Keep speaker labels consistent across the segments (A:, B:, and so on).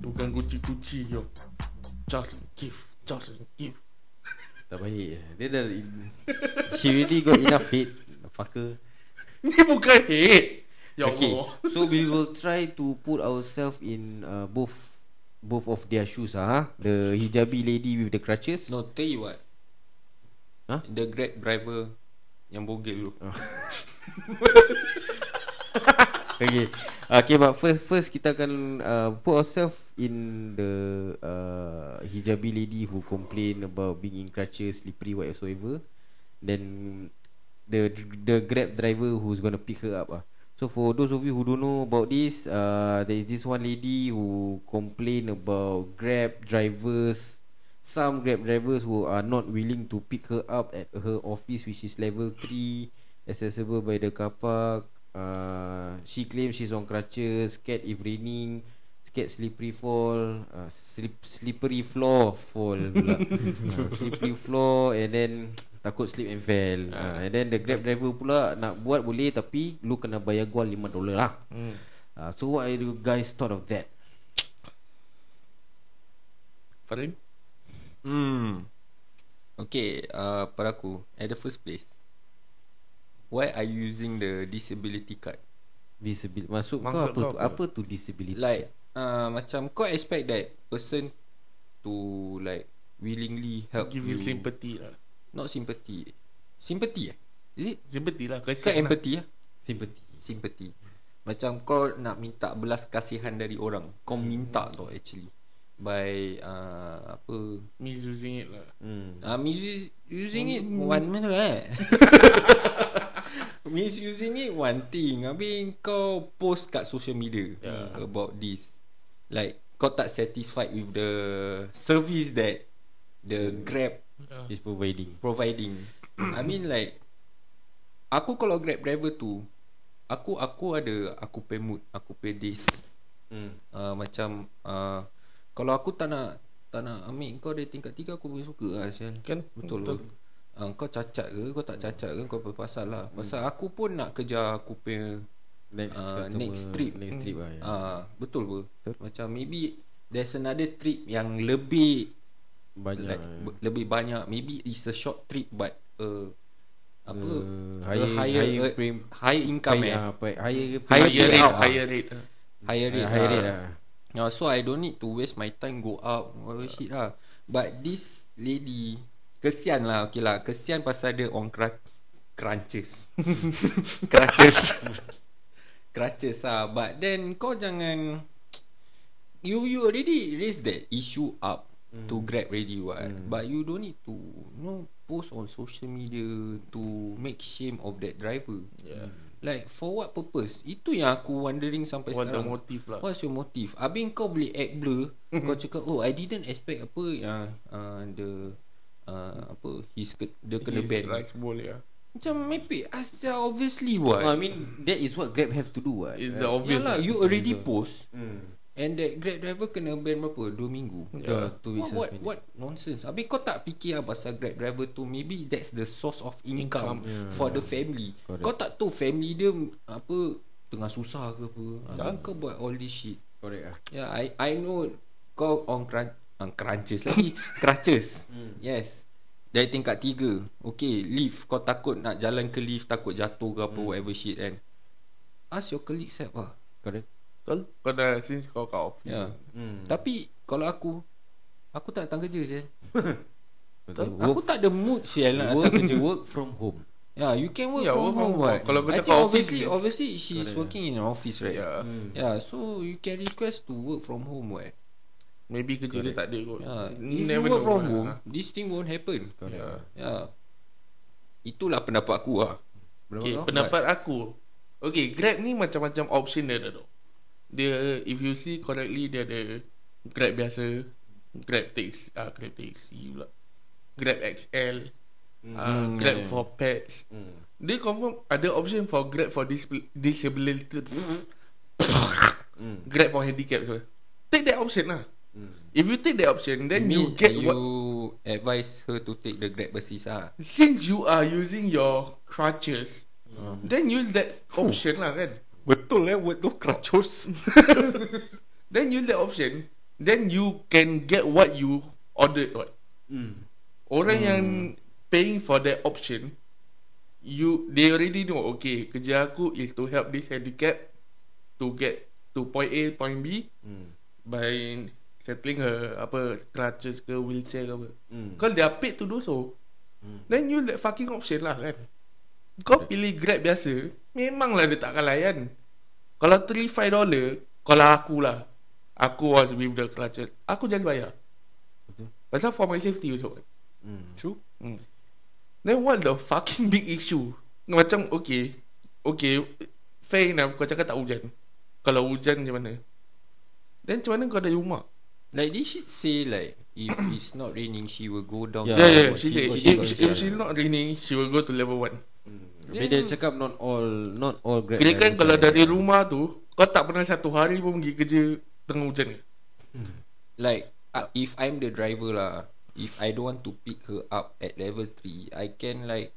A: Bukan kuci-kuci yo. Just give, just give.
B: Tak baik Dia dah She really got enough hate Fucker
A: Ni bukan hate. Ya
B: Okay
A: Allah.
B: So we will try to put ourselves in uh, Both Both of their shoes ah, huh? The hijabi lady with the crutches
C: No, tell you what.
B: Huh?
C: The Grab driver yang bogel tu.
A: Ah.
B: Okay Okay but first First kita akan uh, Put ourselves in the uh, Hijabi lady who complain about Being in crutches Slippery whatsoever Then The the grab driver who's gonna pick her up ah. So for those of you who don't know about this uh, There is this one lady who complain about Grab drivers Some grab drivers who are not willing to pick her up at her office which is level 3 accessible by the car park. Uh, she claims she's on crutches, scared if raining, scared slippery fall, uh, slip, slippery floor fall pula. uh, slippery floor and then takut slip and fell. Uh, and then the grab driver pula nak buat boleh tapi lu kena bayar gua 5 dolar lah.
A: Hmm.
B: Uh, so what do you guys thought of that?
A: Farin?
C: Hmm. Okay, uh, pada aku, at the first place, why are you using the disability card?
B: Disability Maksud,
A: Maksud
B: kau apa,
A: kau
B: tu,
A: apa?
B: apa tu disability?
C: Like, uh, macam kau expect that person to like willingly help
A: Give you sympathy lah.
C: Not sympathy. Sympathy eh? Is it?
A: Sympathy lah.
C: Kau
A: Kasihan lah.
C: empathy lah.
B: sympathy.
C: Sympathy. Macam kau nak minta belas kasihan dari orang. Kau minta tau actually. By uh, apa
A: Means using it lah.
B: Hmm.
C: Ah, misusing using it one minute eh. misusing it one thing. Habis kau post kat social media
A: Yeah.
C: about this. Like kau tak satisfied with the service that the Grab
A: Yeah.
B: Is providing.
C: providing. I mean like aku kalau Grab driver tu aku aku ada aku pay mood, aku pay this.
B: Hmm.
C: Uh, macam uh, kalau aku tak nak tak nak ambil kau dari tingkat tiga aku boleh suka lah Syal.
A: Kan?
C: Betul,
A: Betul.
C: betul. Uh, kau cacat ke kau tak cacat ke kau berpasal lah pasal aku pun nak kerja aku punya
B: Hmm. Next,
C: Ah,
B: customer,
C: next trip.
B: Next trip lah. Yeah.
C: ah betul ke
B: Betul.
C: macam maybe there's another trip yang lebih
B: Banyak. lah.
C: like, b- lebih banyak maybe it's a short trip but uh, apa
B: Uh,
C: a
B: higher- higher
C: uh,
B: prim-
C: higher income eh
B: higher, eh. higher,
C: Higher
A: Higher
C: rate
A: rate.
C: lah.
A: Higher rate. lah.
C: higher rate,
B: higher
C: lah.
B: Ah, rate lah.
C: Yeah, so I don't need to waste my time go out all that shit lah. But this lady kesian lah, okay lah. Kesian pasal dia on cr- crunches. crutches. crutches lah. But then kau jangan you you already raise that issue up mm.
A: Hmm.
C: to grab ready what mm. but you don't need to you know post on social media to make shame of that driver Hmm.
A: Yeah.
C: like for what purpose itu yang aku wondering sampai
A: What the
C: sekarang
A: motive lah. Hmm.
C: What's your motive? Habis kau boleh act blur Kau cakap Oh I didn't expect apa Yang uh, The uh, Apa He's ke, Dia kena
A: His
C: ban
A: Life boleh lah.
C: Macam mepek Asal obviously
A: Ah,
B: No, I
C: what
B: mean that is what Grab have to do lah.
A: It's the obvious.
C: Yalah
A: lah.
C: you already post
B: Hmm.
C: And that grab driver Kena ban berapa 2 minggu
B: Yeah. Two
C: What
B: weeks
C: what
B: suspended.
C: what nonsense. Abi kau tak fikir lah pasal grab driver tu maybe that's the source of
A: Income.
C: income, income. Yeah. for the family.
B: Correct.
C: Correct. Kau tak tahu family dia apa tengah susah ke apa. Yeah. Kau buat all this shit.
B: Correct lah.
C: Yeah, I I know kau on crunch, on crunches lagi, crutches. Yes. Dari tingkat tiga Okay lift Kau takut nak jalan ke lift Takut jatuh ke apa Whatever shit kan Ask your colleagues help lah
B: Correct.
A: Betul? Kau dah since kau kat office.
C: yeah.
B: Hmm.
C: Ya. Tapi Kalau aku Aku tak datang kerja je
B: Betul.
C: Aku
B: Work,
C: tak ada mood Sial nak
B: work,
C: datang kerja
B: work from home.
C: Yeah, you can work
A: Yeah, Ya,
C: from
A: work from
C: home.
A: home.
C: What?
A: Kalau kau
C: I
A: cakap
C: think
A: office
C: obviously,
A: is-
C: obviously she's
B: Correct.
C: working in an office, right?
A: Yeah.
C: Yeah, so you can request to work from home, what?
A: Maybe kerja dia tak ada kot.
C: Yeah.
A: You
C: If you work from
A: lah.
C: home, this thing won't happen.
B: Correct.
A: Yeah.
C: Yeah. Itulah pendapat aku lah.
B: Berapa
A: Okay,
B: kau?
A: pendapat aku. Okay, Grab ni macam-macam option dia dah tu. Dia if you see correctly dia ada Grab biasa, Grab taxi, ah Grab taxi pula. Grab XL,
B: Hmm.
A: ah,
C: Hmm,
A: Grab
C: yeah.
A: for pets.
B: Hmm.
A: Dia confirm ada option for Grab for disab- disability.
B: Hmm.
A: Grab for handicap so. Take that option lah.
B: Hmm.
A: If you take that option then
C: Me-
A: you get
C: you
A: what
C: advise her to take the grab basis ah.
A: since you are using your crutches
C: Hmm.
A: then use that option lah kan.
C: Betul eh word tu crutches.
A: Then use that option then you can get what you ordered what
B: Mm.
A: Orang hmm. yang paying for that option you they already know okay kerja aku is to help this handicap to get to point A point B
B: Mm.
A: by settling her apa crutches ke wheelchair ke apa.
B: Mm.
A: Because they are paid to do so.
B: Hmm.
A: Then you that fucking option lah kan. Kau pilih Grab biasa, memanglah dia takkan layan. Kalau 3 5 dollar, kalau aku lah. Aku was with the crutches. Aku jangan bayar.
B: Betul.
A: Pasal for my safety also. kan.
B: Mm.
C: True.
A: Hmm. Then what the fucking big issue? Macam okay. Okay, fair enough kau cakap tak hujan. Kalau hujan macam mana? Then macam mana kau ada rumah?
C: Like this shit say like if it's not raining she will go down.
B: Yeah,
A: Yeah, yeah, Ya,
C: What
A: she said
C: what
A: if,
B: she
A: she,
B: got
A: if,
B: she
A: if she's not raining, she will go to level 1.
B: Tapi dia cakap not all not all grab lah.
A: Kira kan
B: drivers
A: kalau
B: are-
A: dari rumah tu Kau tak pernah satu hari pun pergi kerja Tengah hujan
C: like uh, if I'm the driver lah, if I don't want to pick her up at level 3, I can like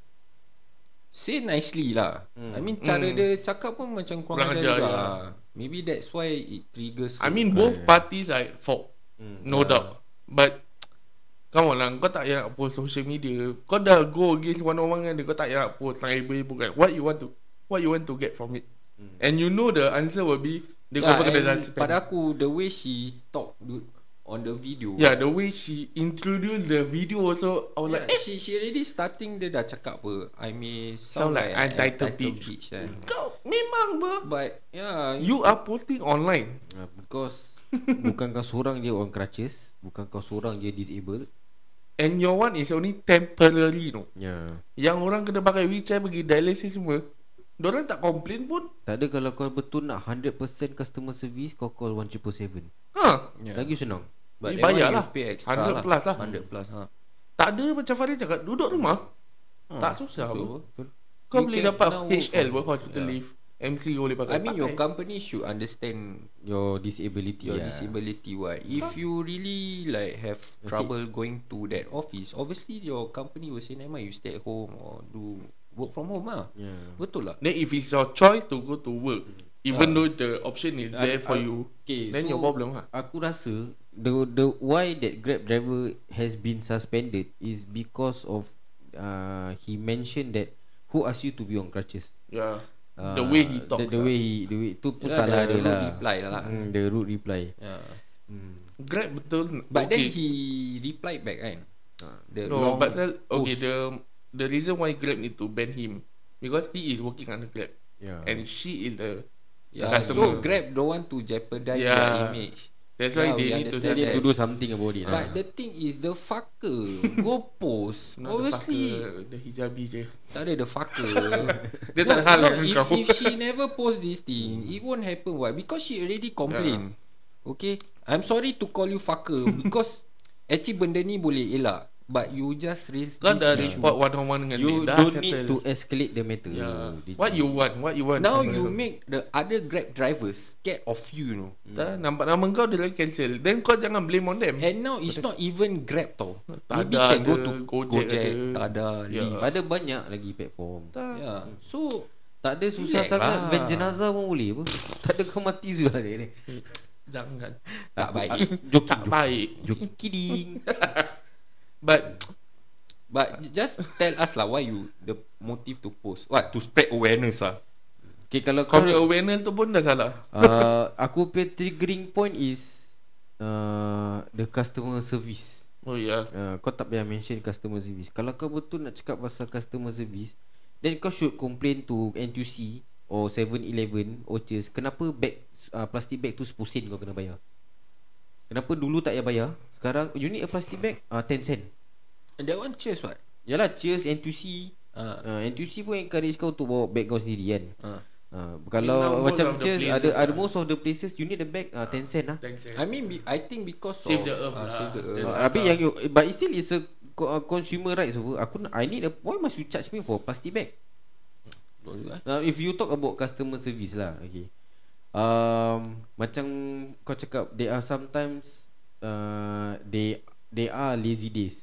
C: say nicely lah. I mean cara
A: Hmm.
C: dia cakap pun macam kurang
A: Kurang
C: ajar
A: ajar,
C: juga.
A: ya.
C: lah. Maybe that's why it triggers.
A: I
C: her.
A: mean both parties are at fault
B: Mm.
A: No doubt But Come on lah Kau tak payah nak post social media Kau dah go against one on one kan Kau tak payah nak post Terakhir bukan What you want to What you want to get from it And you know the answer will be Dia
C: yeah,
A: kau kena
C: Ya, and
A: suspend
C: pada aku the way she talk dude on the video.
A: Yeah the way she introduce the video also I was
C: Like,
A: like eh,
C: yeah, she she already starting dia dah cakap apa I may
A: Sound
C: sound,
A: like
C: an
A: untitled bitch.
C: bitch kan.
A: Kau memang ber
C: But yeah
A: You are posting online
B: Ah, Because Bukan kau seorang je on crutches Bukan kau seorang je disabled
A: And your one is only temporary no
B: Ya yeah.
A: Yang orang kena pakai wheelchair pergi dialysis semua Diorang tak komplain pun
B: Tak ada kalau kau betul nak 100% customer service Kau call 1777
A: Ha
B: yeah. Lagi senang
C: But
A: Eh,
C: that one
A: bayar
C: you
A: lah.
C: pay extra
A: 100 plus lah.
C: 100 plus lah
A: Tak ada macam Farid cakap Duduk rumah
C: Ha,
A: Tak susah
C: betul.
A: Kau
C: You
A: boleh
C: can
A: dapat
C: now
A: HL
C: work from
A: buat
C: home.
A: hospital
C: Yeah.
A: leave MC boleh pakai
C: I mean your
A: Pakai.
C: company should understand
B: Your disability
C: Your
B: lah.
C: disability what If you really like have trouble going to that office Obviously your company will say Never mind you stay at home Or do work from home lah
B: Yeah.
C: Betul lah
A: Then if it's your choice to go to work
C: Ya.
A: Even though the option is there for you
B: Okay,
A: Then
B: so-
A: your problem ha
B: Aku rasa the the why that Grab driver has been suspended is because of uh, he mentioned that who asked you to be on crutches.
A: Yeah
C: Ya.
B: Uh,
A: The way he
C: Ah,
A: talks lah.
B: the, the way he, the way tu pun
C: Yeah,
B: salah
C: the
B: dia
C: rude
B: lah.
C: reply lah.
B: Hmm, the rude reply.
C: yeah.
B: Hmm.
A: Grab betul
C: But
A: okay. Ah.
C: then he replied back kan The
A: No
C: long
A: but pasal Okay
C: post.
A: the The reason why Grab need to ban him Because he is working under Grab
B: Yeah.
A: And she is the
C: yeah,
A: customer.
C: Ya. So Grab don't want to jeopardize
A: Yeah.
C: their image
A: That's why
C: Yeah,
A: they
C: we
A: need to
B: They
C: understand
B: need
A: suspend.
B: to do something about it.
C: But
B: Lah.
C: the thing is The fucker Go post
A: Not the,
C: Obviously
A: fucker, the hijabi je
C: Tak ada the fucker
A: Dia tak hal dengan
C: if,
A: kau.
C: if she never post this thing It won't happen why Because she already complain yeah. Okay I'm sorry to call you fucker Because Actually benda ni boleh elak But you just raise
A: Kau Kan
C: this
A: dah
C: issue.
A: report one on one dengan
B: You
A: dia Dah
B: don't
A: settle.
B: need to escalate the matter.
A: yeah.
B: Dia-
A: What you want What you want
C: Now you make The other Grab drivers Scared of you you know
A: Dah nampak nama kau Dia lagi cancel Then kau jangan blame on them
C: And now it's not even Grab tau
A: Tak
C: Maybe
A: ada
C: can go
A: ada,
C: to
A: Gojek
C: Gojek,
A: ada. Ya.
C: Tak ada
A: Yeah.
C: Lyft
B: Ada banyak lagi platform.
A: Tak
C: yeah. So
B: Tak ada susah
C: Relax
B: sangat
C: lah.
B: Van jenazah pun boleh apa Tak ada kau mati sudah ni
A: Jangan
C: Tak baik
B: Joki
A: Tak baik
B: Joki kidding
A: But
C: But just tell us lah why you the motive to post. What to spread awareness lah.
B: Okay kalau
A: Kau
B: kau
A: punya awareness tu pun dah salah
B: uh, Aku punya triggering point is uh, The customer service
A: Oh ya yeah.
B: uh, Kau tak payah mention customer service Kalau kau betul nak cakap pasal customer service Then kau should complain to NTUC Or 7-Eleven Orchards Kenapa bag uh, Plastic bag tu 10 sen kau kena bayar Kenapa dulu tak payah bayar Sekarang you need a plastic bag uh, 10 sen
C: And that one cheers what?
B: Yalah cheers N2C
C: Ah.
B: uh, N2C pun encourage kau Untuk bawa bag kau sendiri kan
C: Uh,
B: uh, Kalau
A: In now, most
B: macam
A: Ah. of the
B: cheers
A: places
B: ada, ada
A: lah.
B: most of the places You need a bag uh, 10 cent lah
A: Thanks eh.
C: I mean be, I think because
A: Save
C: of
A: the earth
C: ah,
A: lah.
C: save the earth.
A: Yes.
B: uh, Tapi yang you But it's still it's a co- uh, Consumer rights apa Aku nak- I need a Why must you charge me for plastic bag
C: Betul juga, eh.
A: lah.
B: Now if you talk about Customer service lah Okay um, Macam Kau cakap There are sometimes uh, They They are lazy days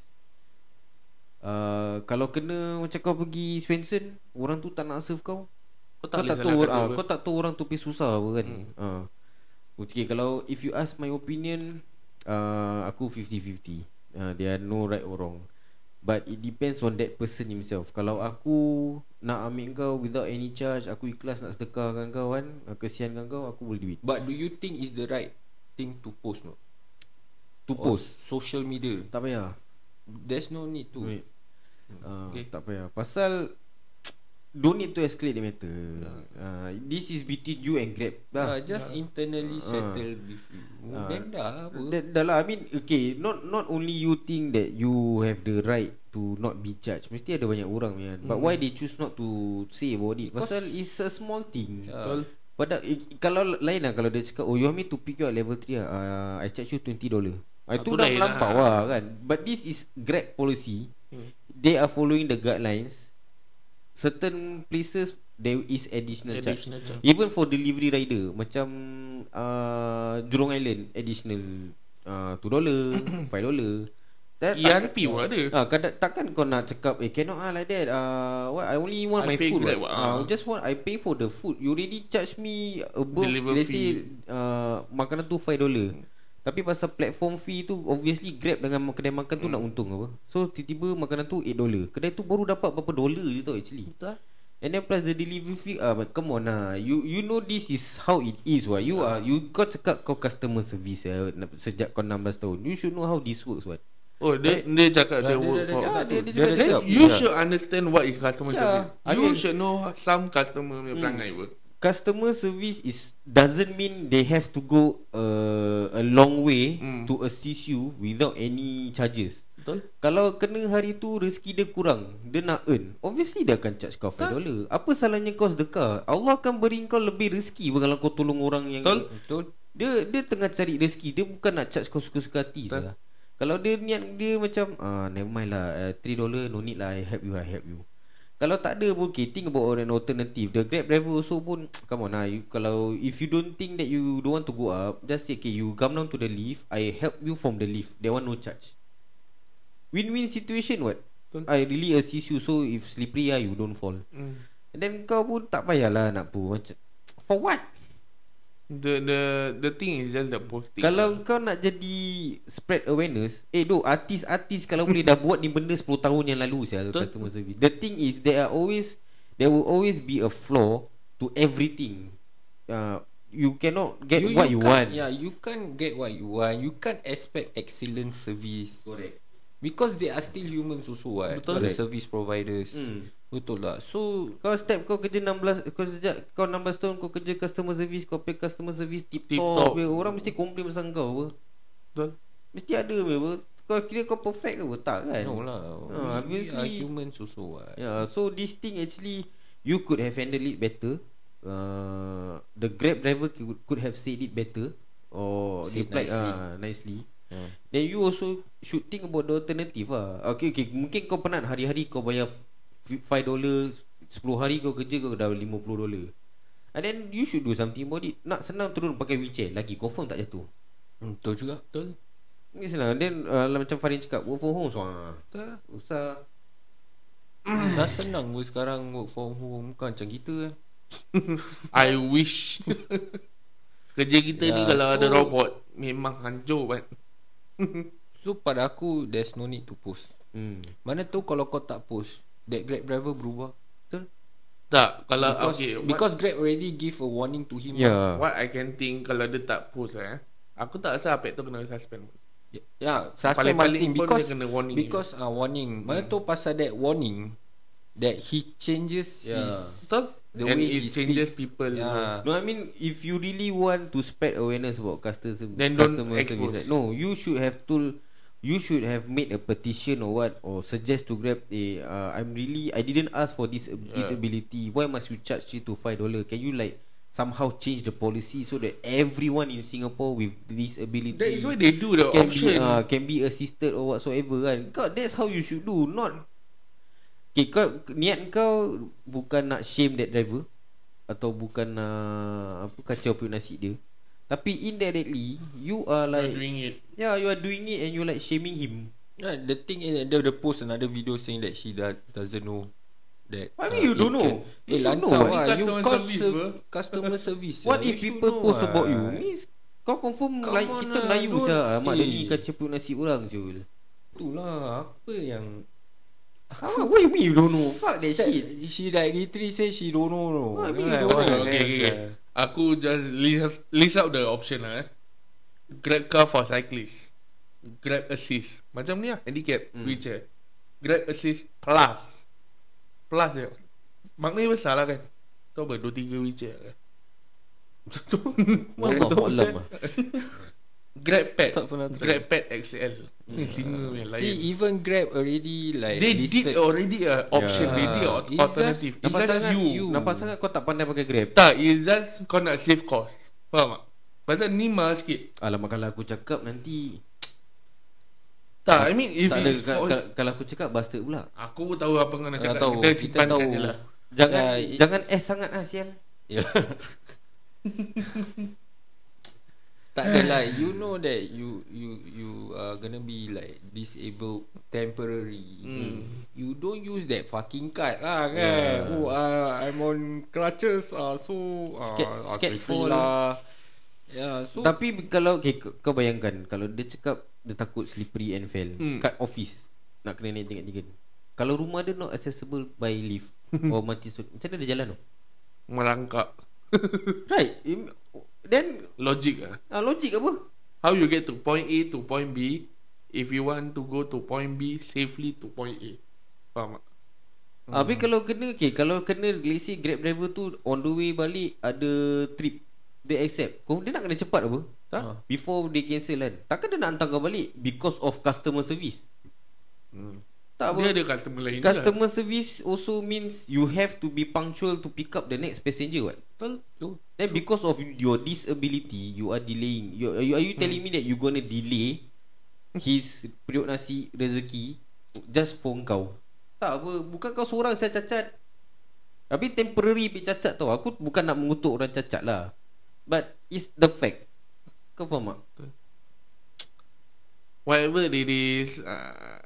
B: Uh, kalau kena macam kau pergi Swenson Orang tu tak nak serve kau
A: Kau
B: kau
A: boleh salahkan
B: tak tahu
A: dia
B: ah,
A: apa.
B: kau tak tahu orang tu pergi susah apa kan. Hmm. Ah. Okay, kalau if you ask my opinion uh, aku 50-50. Uh, there are no right or wrong. But it depends on that person himself. Kalau aku nak ambil kau without any charge, aku ikhlas nak sedekahkan kau kan, uh, kesiankan kau, aku will do it.
C: But do you think is the right thing to post no?
B: To
C: On
B: post.
C: social media.
B: Tak payah.
C: There's no need to.
B: Duit. Uh, okay.
C: Okay.
B: Tak payah. Pasal don't need to escalate the matter. Uh, this is between you and Grab. lah.
C: Uh,
B: Dah.
C: just internally
B: Ah.
C: settle with you.
B: Ah.
C: Then dah apa?
B: Dah, dah lah I mean Okay Not not only you think That you have the right To not be judged Mesti ada banyak orang kan But why they choose not to Say about it
C: Mm-hmm. Because-
B: Pasal it's a small thing
C: Yeah.
A: Betul.
B: Pada i- Kalau lain lah Kalau dia cakap Oh you want me to pick you up level 3 uh, I charge you 20 dollar ah, Itu
A: Aku
B: dah
A: lain
B: melampau
A: lah.
B: lah kan But this is Grab policy
A: Hmm.
B: They are following the guidelines Certain places There is additional,
A: Additional
B: additional charge
A: charge.
B: Even for delivery rider Macam uh, Jurong Island Additional uh, 2 dollar 5 dollar That-
A: ERP E pun ada.
B: Ah, kadang, takkan kau nak cakap eh cannot ah like that. Ah, what I only want
A: I
B: my
A: pay
B: food.
A: Grab,
B: Ah,
A: ah.
B: just want I pay for the food. You already charge me above
A: Deliver
B: let's
A: fee.
B: say uh, makanan tu 5 dollar. Tapi pasal platform fee tu obviously Grab dengan kedai makan
A: Hmm.
B: tu nak untung apa. So tiba-tiba makanan tu 8 dollar. Kedai tu baru dapat berapa dollar je tau actually.
A: Betul. eh?
B: And then plus the delivery fee ah but come on ah you you know this is how it is what you are you kau cakap kau customer service eh, sejak kau 16 tahun you should know how this works what
A: Oh, dia dia cakap dia
C: Ya, dia-
A: work
C: dia-
A: for.
C: dia-
B: Ah, dia, dia,
C: Dia
B: cakap
C: ada
A: Then
C: cakap. Ya.
A: you
C: Yeah.
A: should understand what is customer
B: Yeah.
A: service.
B: I
A: You
B: mean-
A: should know some customer
C: Hmm.
A: punya perangai pun.
B: customer service is doesn't mean they have to go uh, a long way
A: Mm.
B: to assist you without any charges.
A: Betul.
B: Kalau kena hari tu rezeki dia kurang, dia nak earn. Obviously dia akan charge kau 5 dollar. Apa salahnya kau sedekah? Allah akan beri kau lebih rezeki kalau kau tolong orang yang
A: Betul.
C: Betul.
B: dia dia tengah cari rezeki Dia bukan nak charge kau suka-suka hati
A: Betul.
B: saja. Kalau dia niat dia macam ah never mind lah uh, 3 dollar no need lah I help you I help you. Kalau tak ada pun okay, think about an alternative. The Grab driver also pun come on lah you, kalau if you don't think that you don't want to go up just say okay you come down to the lift I help you from the lift. That one no charge. Win-win situation what?
A: Betul.
B: I really assist you so if slippery ah you don't fall.
A: Mm.
B: And then kau pun tak payahlah nak pu macam for what?
A: The the the thing is just the posting.
B: Kalau kau nak jadi spread awareness, eh doh artis-artis kalau boleh dah buat ni benda 10 tahun yang lalu sial
A: Betul.
B: customer service. The thing is there are always there will always be a flaw to everything. Uh, you cannot get you, what you,
C: can't-
B: want.
C: Yeah, you can't get what you want. You can't expect excellent service.
B: Correct.
C: Because they are still humans also
A: Betul.
C: what Betul The
B: Correct.
C: service providers
B: Hmm.
C: Betul lah So
B: Kau step kau kerja 16 kau sejak kau 16 tahun kau kerja customer service, kau pay customer service tip
A: Tip-top.
B: top. Be. Orang mesti komplain pasal kau apa.
A: betul.
B: Mesti ada be. apa. Kau kira kau perfect ke apa? Tak kan?
C: No lah
B: Ah,
C: We we are
B: obviously.
C: humans also what
B: Yeah, Ya, so this thing actually you could have handled it better. Uh, the Grab driver could, could have said it better or
C: Said
B: replied
C: nicely.
B: ah nicely.
C: Yeah.
B: Then you also should think about the alternative ah. Okay, okay. Mungkin kau penat hari-hari kau bayar f- 5 dollar, 10 hari kau kerja kau dah 50 dollar. And then you should do something about it. Nak senang turun pakai wheelchair lagi confirm tak jatuh.
C: Hmm, Betul juga Betul
B: Ni senang. Then uh, macam Farin cakap work from home so ah.
A: Betul.
B: Usah
C: Dah senang pun sekarang Work from home Bukan macam kita eh.
A: I wish Kerja kita yeah, ni
C: Yeah,
A: Kalau so, ada
C: so-
A: robot Memang hancur kan
C: So pada aku There's no need to post
B: hmm.
C: Mana tu kalau kau tak post That Grab driver berubah
A: Tak Kalau
C: Because,
A: okay, what,
C: because Grab already give a warning to him
B: Yeah.
A: what I can think Kalau dia tak post eh Aku tak rasa Apek tu kena suspend
C: Ya, Yeah, suspend
A: Paling-paling
C: Martin
A: pun
C: because
A: dia kena warning Hmm.
C: because ah uh, warning. Mana tu pasal that warning that he changes
A: Ya.
B: Yeah.
C: his Ya.
A: Betul
C: the
A: And
C: way
A: it
C: he
A: changes people
C: Yeah.
B: No, I mean if you really want to spread awareness about customer
A: Then don't
B: customer
A: expose.
B: service, right? no, you should have told, you should have made a petition or what, or suggest to Grab, eh, uh, I'm really, I didn't ask for this disability. Why must you charge it to five dollar? Can you like somehow change the policy so that everyone in Singapore with disability
A: That is why they do the
B: can
A: option
B: be uh, can be assisted or whatsoever kan. Kau that's how you should do, not Okay, kau niat kau bukan nak shame that driver atau bukan uh, apa kacau punya nasi dia. Tapi indirectly you are
A: You're
B: like
A: doing it
B: yeah, you are doing it and you like shaming him.
C: Yeah, the thing is the, the post another video saying that she da, doesn't know that.
B: What mean you
C: it
B: don't know?
C: Eh,
B: You should
C: lancar
B: know
C: lah.
A: what?
C: You
A: Customer
C: customer
A: service,
C: service,
A: bro.
C: customer service.
B: What
C: lah.
B: if
C: You should
B: people
C: know
B: post
C: lah.
B: about you? Ni Kau confirm
C: Come
B: Melayu,
C: on
B: kita
C: lah,
B: Melayu
C: don't-
B: saja. Mak
C: Eh.
B: Dani ikan ceput nasi orang Zul.
C: Itulah Apa yang
B: How, what you mean you don't know? Fuck that
C: She,
B: shit.
C: she like literally say she don't know no.
B: What, I mean,
C: Like,
B: don't
C: what
A: Okay,
C: the
B: know.
A: okay,
C: hell
A: okay.
C: sia?
A: eh. Aku just list, list out the option lah eh. Grab car for cyclist. Grab assist. Macam ni lah. Handicap.
B: Hmm.
A: Hmm. Wheelchair. Grab assist plus. Plus je. Maknanya besar lah kan. Tahu apa? Dua tiga wheelchair lah kan.
B: Wallah alam lah.
A: Grab pet.
C: Tak pernah try.
A: Grab pet XL. Ni singa punya Eh, lain.
C: See even Grab already like
A: They
C: listed
A: did oh. already a option.
B: Yeah.
A: They did a
C: It's just-
A: alternative. It's
B: Nampak
A: just,
B: sangat,
A: you.
B: you. nampak sangat kau tak pandai pakai Grab.
A: Tak, it's just kau nak save cost. Faham tak? Pasal ni mahal sikit.
B: Alamak kalau aku cakap nanti
A: Tak, I mean if
B: tak ada, kan,
A: it's
B: kalau,
A: for...
B: kalau aku cakap bastard pula.
A: Aku pun tahu apa kau nak
C: Tak
A: cakap.
C: Ah, tahu
A: Kita simpankan
C: tahu.
A: je lah.
B: Jangan
C: Ya, i-
B: jangan S sangat lah sial.
C: Ya. tak ada lah You know that You You you are gonna be like Disabled Temporary
A: Hmm.
C: You don't use that fucking card lah kan
B: Yeah.
C: Oh uh, I'm on crutches uh, So uh,
B: Scat-
C: uh,
B: scatfall.
C: safety lah Yeah, so
B: Tapi kalau okay, kau kau bayangkan kalau dia cakap dia takut slippery and fell
A: Hmm.
B: kat office nak kena naik tingkat-tingkat. Kalau rumah dia not accessible by lift or multi-story, macam mana dia jalan tu?
A: Merangkak.
B: Right. im- Then
A: Logik lah.
B: uh, logik apa?
A: How you get to point A to point B if you want to go to point B safely to point A. Faham tak?
B: Hmm. Habis kalau kena okay, Kalau kena Let's say grab driver tu On the way balik Ada trip Dia accept Kau dia nak kena cepat apa ha?
C: Ah.
B: Before they cancel kan Takkan dia nak hantar kau balik Because of customer service
C: Hmm.
B: Tak
A: Dia
B: apa
A: ada customer lain juga.
B: Customer service also means You have to be punctual To pick up the next passenger what
A: Betul.
C: So
B: Then because of your disability You are delaying you, are you, Are you telling me that You gonna delay His periuk nasi Rezeki Just for kau Tak apa Bukan kau seorang saya cacat Tapi temporary bit cacat tau Aku bukan nak mengutuk orang cacat lah But It's the fact Kau faham tak?
A: Whatever it is uh,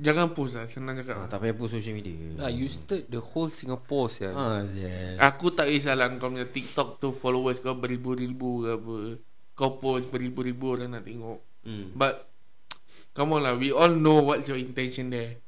A: Jangan post lah Senang cakap
B: Ah,
A: ah,
B: tak payah post social media
C: ah, You stirred the whole Singapore sia.
B: Ah, yeah.
A: Aku tak kisahlah Kau punya TikTok tu Followers kau beribu-ribu ke apa Kau post beribu-ribu Orang nak tengok
B: hmm.
A: But Come on lah We all know What's your intention there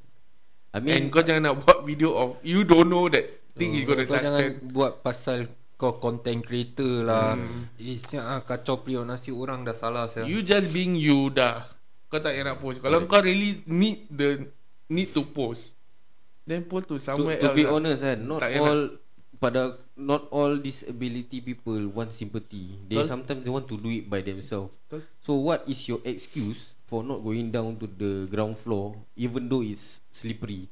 B: I
A: And
B: mean
A: kau jangan nak buat video of You don't know that Thing
B: Oh,
A: is gonna
C: kau jangan
A: happen
C: buat pasal kau content creator lah. Hmm. Eh, siap ah, kacau periuk nasi orang dah salah saya.
A: You just being you dah Kau tak payah nak post Kalau kau really need the Need to post Then post to
B: to,
A: somewhere
B: to
A: else
B: be
A: lah.
B: honest kan not
A: Tak payah
B: all pada not all disability people want sympathy they
A: Betul.
B: sometimes they want to do it by themselves
A: Betul.
B: so what is your excuse for not going down to the ground floor even though it's slippery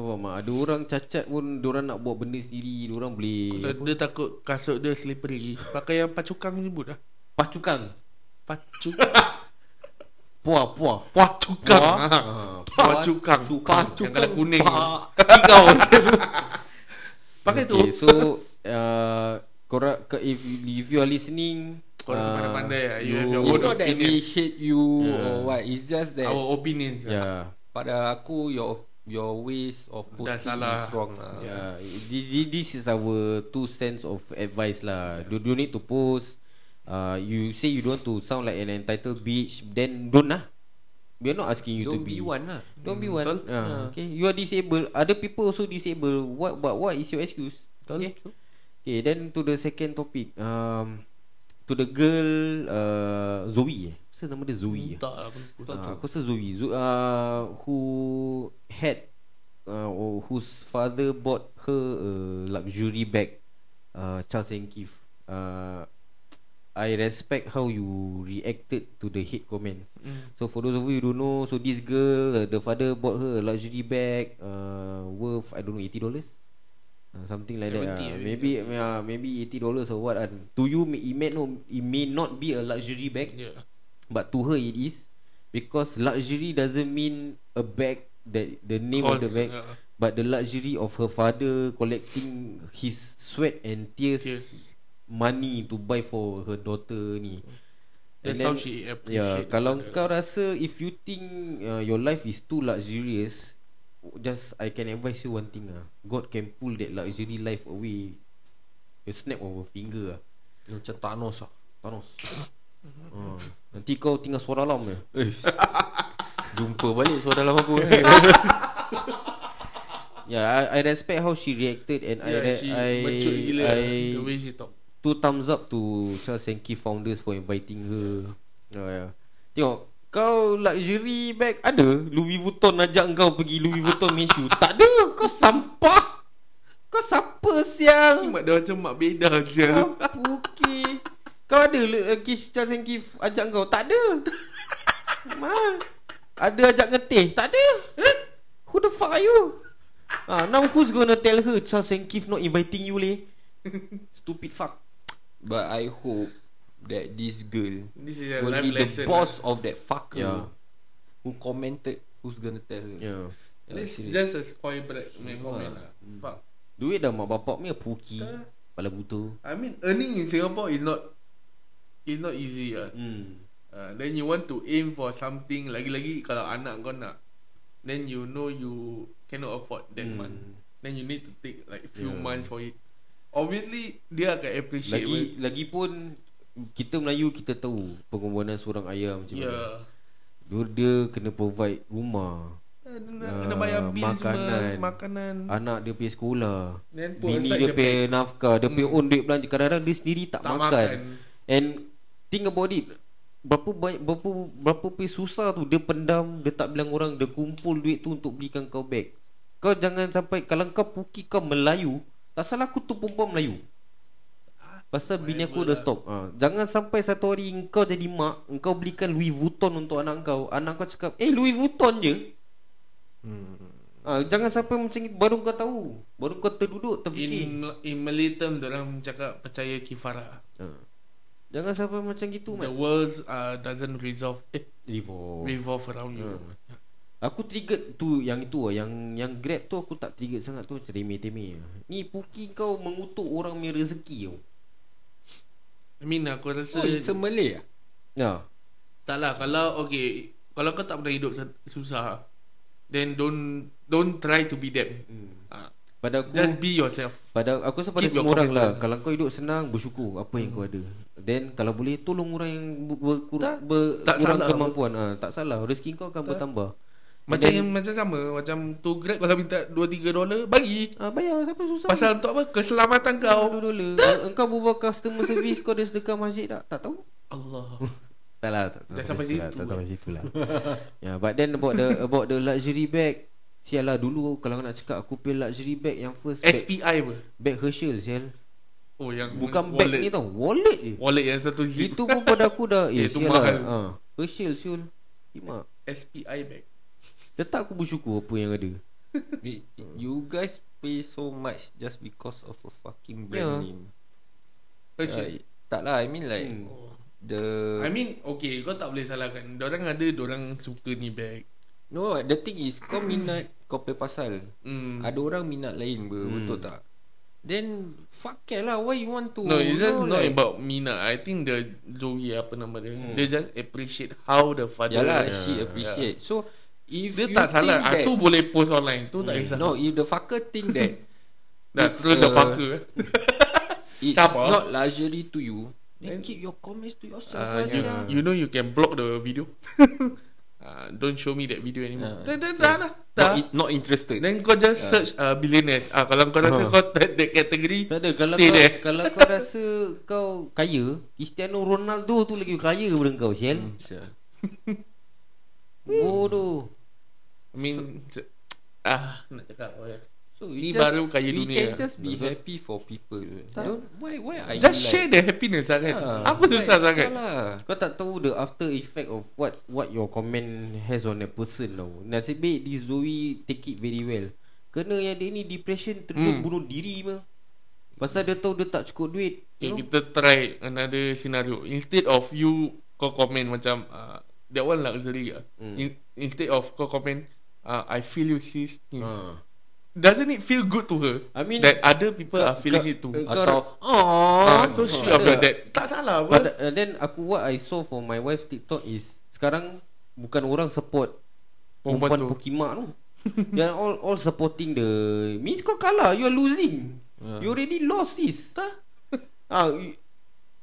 B: kau faham tak? ada orang cacat pun orang nak buat benda sendiri orang boleh
A: Dia, dia takut kasut dia slippery Pakai yang pacukang ni pun dah
B: pacukang
A: Pacuk
B: puah puah
A: Pacukang
B: Wah.
A: ha. Pacukang
B: Pacukang.
A: Yang kalau kuning
C: Kau
A: Pakai tu
B: okay, so uh, korang ke- if if you are listening
A: Korang
B: ah,
A: pandai-pandai lah. You have your
C: It's
A: own
C: not that we hate you yeah. or what It's just that
A: Our opinions lah.
B: yeah
C: Pada aku Your your ways of
A: Dah
C: posting
A: salah.
C: is wrong lah yeah.
B: Yeah, Ya, thi- thi- this is our two cents of advice lah. Do you need to post? Uh, you say you don't want to sound like an entitled bitch, then don't lah. We're not asking you
C: Don't
B: to
C: be
B: be.
C: one lah
B: Don't be one.
A: Betul.
B: Uh, okay, you are disabled. Other people also disabled. What but what is your excuse?
A: Betul.
B: Okay. Okay, then to the second topic. Um, to the girl uh, Zoe. eh? Apa nama dia Zoe? eh?
A: Tak lah aku-
C: Betul
B: Ah,
C: tu.
B: aku rasa Zoe Zu, uh, Who had uh, or Whose father bought her a luxury bag uh, Charles and Keith uh, I respect how you reacted to the hate comments
A: Mm.
B: So for those of you who don't know So this girl uh, The father bought her a luxury bag uh, Worth I don't know $80 uh, Something like that
A: 70,
B: uh.
A: I think.
B: Maybe uh, Maybe $80 or what uh. To you it may, no, it may not be a luxury bag
A: Yeah.
B: But to her it is Because luxury doesn't mean A bag that The name Cost, of the
A: Cost,
B: bag
A: yeah.
B: But the luxury of her father Collecting his sweat and tears,
A: Yes.
B: Money to buy for her daughter ni
A: That's how she
B: yeah,
A: appreciate
B: Kalau
A: the-
B: kau rasa If you think uh, Your life is too luxurious Just I can advise you one thing ah. God can pull that luxury life away A snap of a finger ah.
C: Macam Thanos lah
B: Thanos hmm. Nanti kau tinggal suara alam eh. je
C: Eish. Jumpa balik suara dalam aku eh.
B: Yeah, Ya, I, I respect how she reacted and I,
A: Yeah,
B: re-
A: Ya, she
B: I,
A: mature gila lah.
B: I
A: the way she talk.
B: two thumbs up to Charles and Keith founders for inviting her. Oh, yeah. Tengok, kau luxury bag ada? Louis Vuitton ajak kau pergi Louis Vuitton main shoe. Tak ada, kau sampah. Kau siapa siang?
A: Mak dia macam mak beda je.
B: Puki. Kau ada le- eh, Keith Charles and Keith ajak kau? Tak ada. Ma. Ada ajak ngeteh? Tak ada. Who the fuck are you? Ah, now who's gonna tell her Charles and Keith not inviting you leh? Stupid fuck.
C: But I hope that this girl
A: This is a
C: will
A: life
C: be the
A: lesson.
C: boss of that fucker
B: Yeah.
C: who commented who's gonna tell her.
B: Yeah.
A: lah. This
C: serious.
A: just a spoil brat punya
C: Ah.
A: comment lah. Fuck.
B: Duit dah mak bapak punya puki.
A: Tak.
B: Kepala buta.
A: I mean earning in Singapore is not is not easy lah.
B: Hmm.
A: Uh, then you want to aim for something lagi-lagi kalau anak kau nak then you know you cannot afford that
B: Hmm.
A: mm. month then you need to take like few
B: Yeah.
A: yeah. months for it obviously dia akan appreciate
B: Lagi lagi pun kita Melayu kita tahu pengorbanan seorang ayah
A: but,
B: macam mana.
A: yeah
B: Dia, dia kena provide rumah,
A: Eh, dia nak kena bayar
B: Ah,
A: bil
B: makanan.
A: semua makanan
B: anak dia pergi sekolah,
A: kan. Then put
B: bini
A: aside
B: dia
A: the
B: pergi nafkah, dia pergi
A: Hmm.
B: on duit belanja. Kadang-kadang dia sendiri
A: Tak
B: tak, makan.
A: makan.
B: And think about it. Berapa banyak berapa berapa pay susah tu dia pendam, dia tak bilang orang, dia kumpul duit tu untuk belikan kau beg. Kau jangan sampai kalau kau puki kau Melayu, tak salah aku tu perempuan Melayu. Pasal bini aku
A: Whatever
B: dah
A: lah.
B: stop ha. Jangan sampai satu hari Engkau jadi mak Engkau belikan Louis Vuitton untuk anak kau Anak kau cakap Eh Louis Vuitton je ha, Jangan sampai macam itu Baru kau tahu Baru kau terduduk Terfikir
A: in, in Malay term orang cakap percaya kifarah
B: ha. Jangan sampai macam gitu
A: the
B: Mat
A: world uh, doesn't resolve eh,
B: Revolve
A: revolve around you
B: Oh. Hmm. Aku triggered tu yang itu lah yang yang Grab tu aku tak triggered sangat tu macam remeh-temeh lah. Ni puki kau mengutuk orang punya rezeki tau.
A: I mean aku rasa
C: So, oh, it's a Malay ah?
B: Ya.
A: Tak lah kalau okay kalau kau tak pernah hidup sa- susah then don't don't try to be them.
B: Hmm.
A: Ha.
B: Pada aku
A: Just be yourself.
B: pada aku rasa pada
A: keep your
B: semua orang lah
A: commitment. Hmm.
B: kalau kau hidup senang bersyukur apa yang kau ada. Then kalau boleh tolong orang yang ber, ber,
A: Tak-
B: ber,
A: tak
B: kurang
A: salah
B: kemampuan. Ah ha, tak salah rezeki kau akan bertambah.
A: Macam
B: And
A: yang macam sama macam tu Grab kalau minta 2 3 dolar bagi.
B: then, ah bayar siapa susah.
A: Pasal untuk apa? Keselamatan kau.
B: kau dulu. Engkau berbual customer service kau ada sedekah masjid tak? Tak tahu.
A: Allah.
B: Tak lah tak,
A: Dah sampai
B: situ lah,
A: situ
B: Tak
A: eh.
B: sampai situ lah yeah, But then about the About the luxury bag Sial lah dulu Kalau nak cakap Aku pilih luxury bag Yang first bag,
A: SPI apa?
B: bag Herschel sial
A: Oh yang
B: Bukan bag
A: wallet.
B: ni tau Wallet je
A: Wallet yang satu zip.
B: Itu pun pada aku dah Eh
A: Eh, tu
B: sial
A: mahal.
B: lah ha, Herschel sial Imak
A: SPI bag.
B: Tetap aku bersyukur Apa yang ada
C: Wait, you guys pay so much just because of a fucking
B: Yeah.
C: brand name.
B: Ah,
A: Okay.
C: Like, tak lah, I mean like
B: Hmm.
C: the
A: I mean okay kau tak boleh salahkan. Orang ada orang suka ni bag.
C: no the thing is kau minat kau pay pasal.
A: Hmm.
C: Ada orang minat lain ber,
B: Hmm.
C: betul tak? Then fuck it lah, why you want to?
A: No, it's just
C: you
A: not
C: know, Oh, like-
A: about Mina. I think the Zoe apa nama dia. Hmm. They just appreciate how the father.
C: Yalah, yeah, Ya lah, she appreciate. Yeah. So if
A: Dia
C: you
A: tak
C: think
A: salah.
C: that,
A: Aku boleh post online. Tu tak kisah.
C: No, if the fucker think that
A: Dah
C: it's,
A: terus the
C: uh,
A: fucker.
C: it's
A: Siapa?
C: not luxury to you, then
A: Then-
C: keep your comments to yourself.
A: Uh,
C: Uh,
A: you,
B: yeah.
A: you know you can block the video. uh, don't show me that video anymore.
C: Ah,
A: Dah, dah, dah lah. Dah.
C: not, not interested.
A: Then kau just search uh, billionaires. Ah, kalau kau rasa
B: Ah.
A: kau that, that category,
B: Tak ada Kalau
A: stay
B: kau,
A: there.
B: kalau kau rasa Kau kaya Cristiano Ronaldo tu lagi kaya Daripada kau sial
C: Hmm, sia.
B: Bodoh
A: I mean, se- ah, nak cakap apa ya.
C: So
A: Ni
C: you just-
A: baru kaya
C: we
A: dunia.
C: can just be
A: Betul.
C: happy for people.
B: Tak.
C: Don't, why why are
A: Just
C: you
A: share
C: like,
A: the happiness lah kan.
C: Ah,
A: Apa susah
C: like,
A: sangat?
C: Salah.
B: Kau tak tahu the after effect of what what your comment has on that person tau. Nasib baik di Zoe take it very well. Kena yang dia ni depression terus
A: Hmm.
B: bunuh diri mah. Pasal dia tahu dia tak cukup duit.
A: Okay,
B: You know?
A: kita try another scenario. Instead of you kau komen macam uh, that one luxury lah.
B: Hmm.
A: Mm. In, instead of kau komen uh, I feel you sis. Uh.
B: Ha.
A: Doesn't it feel good to her?
B: I mean-
A: that other people are feeling it too.
B: kau- kau-
C: Atau
A: Ah,
C: oh,
A: so sweet
B: ada.
A: about that. Tak salah apa.
B: But uh, then aku what I saw for my wife TikTok is sekarang bukan orang support
A: Perempuan
B: perempuan
A: tu.
B: pukimak tu. They are all all supporting the
A: Ya.
B: means kau kalah you are losing.
C: Yeah.
B: You already lost sis. Ah, you-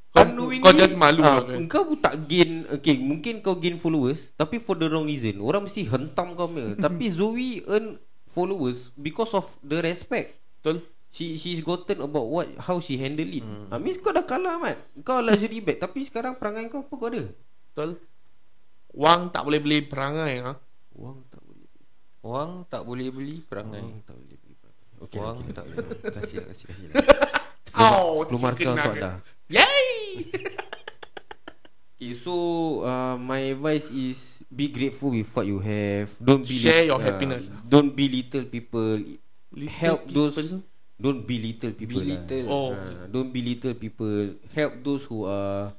A: Kau,
B: unknowingly-
A: kau just malu
B: Ah,
A: lah kan?
B: Kau pun tak gain Okay mungkin kau gain followers Tapi for the wrong reason Orang mesti hentam kau punya Tapi Zoe earn followers Because of the respect
A: Betul
B: She she's gotten about what How she handle it hmm. ah, Means kau dah kalah Mat Kau luxury bag Tapi sekarang perangai kau apa kau ada
A: Betul Wang tak boleh beli perangai ha?
B: Wang tak boleh
C: Orang tak boleh beli perangai.
B: Wang tak boleh beli perangai. Oh, Okay,
C: Orang
B: okay.
C: tak boleh. Kasih lah, kasih kasih.
A: Oh,
B: 10 markah
A: chicken
B: untuk
A: nugget.
B: dah
A: Yay
B: Okay so uh, My advice is Be grateful with what you have Don't be uh,
A: Share your happiness.
B: Don't belittle people
A: Little
B: Help those
A: people?
B: Don't belittle people
C: Belittle.
B: lah.
A: Oh.
B: Ah, Don't belittle people Help those who are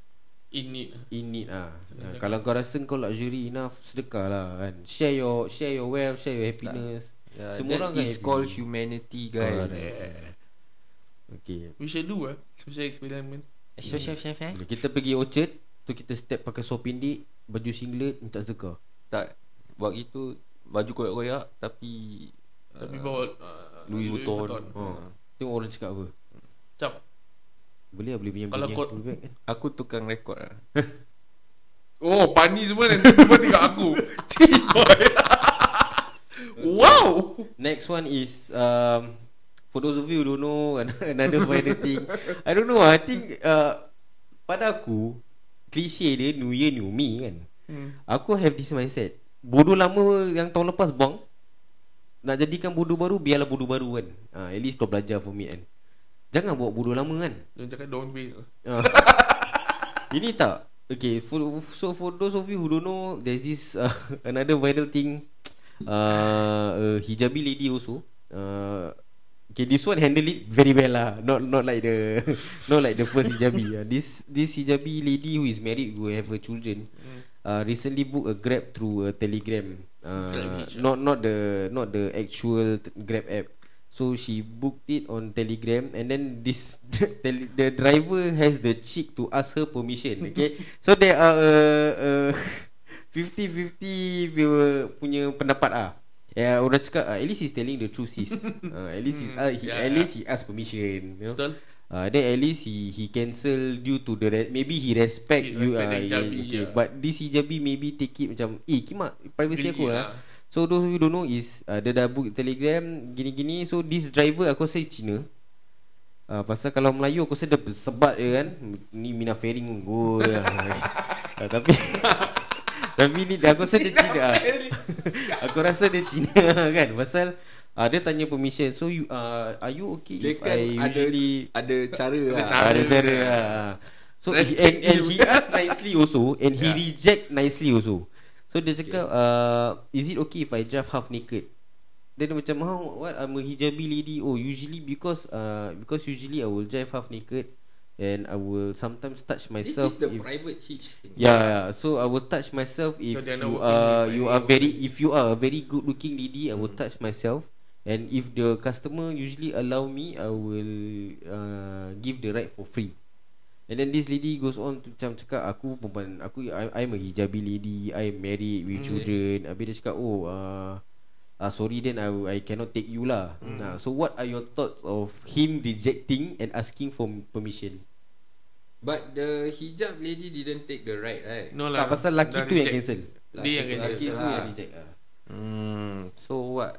A: In need
B: in need ah. Ha, kalau kau rasa kau luxury enough sedekah lah kan. Share your share your wealth, share your happiness.
C: Yeah, Semua orang Ya,
B: kan
C: is
B: happy.
C: called humanity guys.
B: Correct. Okay.
A: We should do ah Social experiment
C: Chef chef chef eh.
B: Bila kita pergi Orchard, tu kita step pakai seluar pendek, baju singlet minta sedekah.
C: Tak buat gitu baju koyak-koyak tapi
A: Tapi bawa uh,
C: Louis Vuitton.
B: Oh.
C: Ah.
B: Tengok orang cakap apa.
A: Macam
B: Boleh lah beli punya
A: Kalau
B: beli
A: kau-
B: aku bag kan.
C: Aku tukang rekod lah
A: Oh Pani semua nanti Tiba tinggal aku Cik boy Wow
B: Next one is um, For those of you who don't know Another final thing I don't know I think uh, Pada aku Cliche dia New year new me kan
A: Hmm.
B: Aku have this mindset Bodoh lama yang tahun lepas bong Nak jadikan bodoh baru Biarlah bodoh baru kan uh, At least kau belajar from it kan Jangan buat bodoh lama kan
A: Dia cakap don't be
B: Ah. Ini tak Okay for, So for those of you who don't know There's this uh, Another viral thing uh, uh, Hijabi lady also uh, Okay this one handle it Very well lah Not not like the Not like the first hijabi uh, This this hijabi lady Who is married Who have her children uh, Recently book a grab Through a telegram
A: Grab
B: uh,
A: hitch,
B: Not not the Not the actual t- grab app So she booked it on Telegram and then this the, the driver has the cheek to ask her permission. Okay, so there are uh, uh, 50-50 viewer punya pendapat ah. Ya yeah, orang cakap uh, at least he's telling the truth sis. uh, at least he's, uh, he,
A: yeah.
B: at least he ask permission. You know?
A: Betul
B: Uh, then at least he he cancel due to the re- maybe he respect
A: He
B: you
A: respect the
B: ah,
A: hijabi,
B: okay.
A: yeah.
B: but this hijabi maybe take it macam eh kimak
A: Geli
B: privacy aku
A: lah.
B: lah. So those who don't know is uh, dia dah book telegram gini-gini so this driver aku rasa Cina. Uh, pasal kalau Melayu aku rasa dia bersebat je kan. Ni Mina Ferry unggul lah. uh, tapi tapi ni aku rasa dia Cina. ah. aku rasa dia Cina kan pasal uh, dia tanya permission so you uh, are you okay
C: Dia
B: if
C: kan
B: I
C: ada
B: usually
C: ada cara
A: Ada
C: lah
A: cara.
B: ada cara lah. So he,
A: Respect
B: and, and
A: you.
B: he asked nicely also and he
A: Yeah.
B: reject nicely also. So dia cakap uh, is it okay if I drive half naked? Then dia macam how what I'm a hijabi lady. Oh usually because uh, because usually I will drive half naked and I will sometimes touch
C: This
B: myself
C: is the
B: if
C: private hitch thing
B: Yeah, yeah. Ya, So I will touch myself if
A: So they are not
B: you
A: working eh?
B: are
A: with
B: you
A: any
B: are
A: woman.
B: very if you are a very good looking lady, I will touch myself. And if the customer usually allow me, I will uh, give the ride for free. And then this lady goes on to macam cakap aku perempuan aku I, I'm a hijabi lady, I'm married with
A: Mm.
B: children. Habis dia cakap oh uh, uh, sorry then I I cannot take you lah. Mm. Nah, so what are your thoughts of him rejecting and asking for permission?
C: But the hijab lady didn't take the ride right
A: No lah
B: Tak pasal lelaki
A: dah
B: tu yang
A: reject.
B: cancel.
A: Dia yang cancel
C: Lelaki
B: Lelaki tu
C: lah.
B: yang reject ah.
C: Hmm So what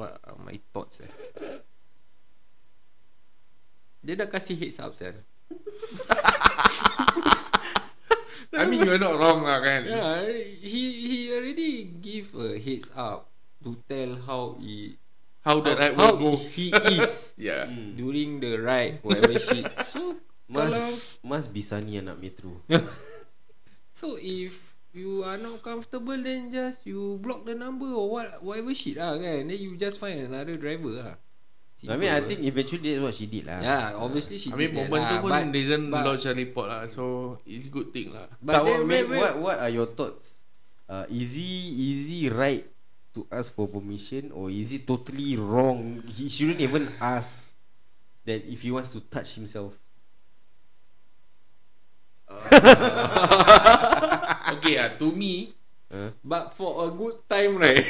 C: What are my thoughts eh Dia dah kasih heads up sel
A: I mean you're not wrong lah kan
C: Yeah, he he already give a heads up to tell how he
A: How the right
C: how
A: will go
C: he is
A: Yeah
B: Hmm.
C: during the ride whatever shit. So
B: Mas
C: kalau
B: Mas Bisani anak metro.
C: so if you are not comfortable then just you block the number or what whatever shit lah kan. Then you just find another driver lah.
B: I mean I think eventually that's what she did lah.
C: yeah, obviously
A: I
C: she
A: mean
C: did that
A: moment tu
C: lah,
A: pun
C: but-
A: Doesn't
C: but-
A: lodge a report lah So it's good thing lah
B: But
C: but then
B: what,
C: wait, wait.
B: what what are your thoughts? Uh, is he is he right to ask for permission or is it totally wrong? He shouldn't even ask that if he wants to touch himself.
A: Okay lah To me
B: Huh?
C: but for a good time right.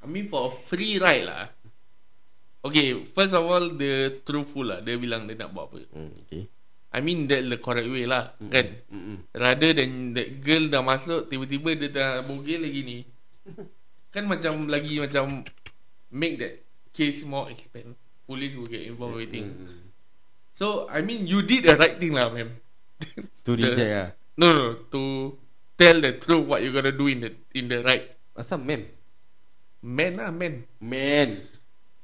A: I mean for a free ride lah Okay First of all Dia truthful lah Dia bilang dia nak buat apa
B: Hmm, okay.
A: I mean that the correct way lah mm. Kan
B: Mm-mm.
A: Rather than that girl dah masuk Tiba-tiba dia dah bogel lagi ni Kan macam lagi macam Make that case more expand Police will get involved with it So I mean you did the right thing lah ma'am
B: To reject lah
A: No no To tell the truth what you gonna do in the in the right
B: Asal mem
A: Man lah man
B: Man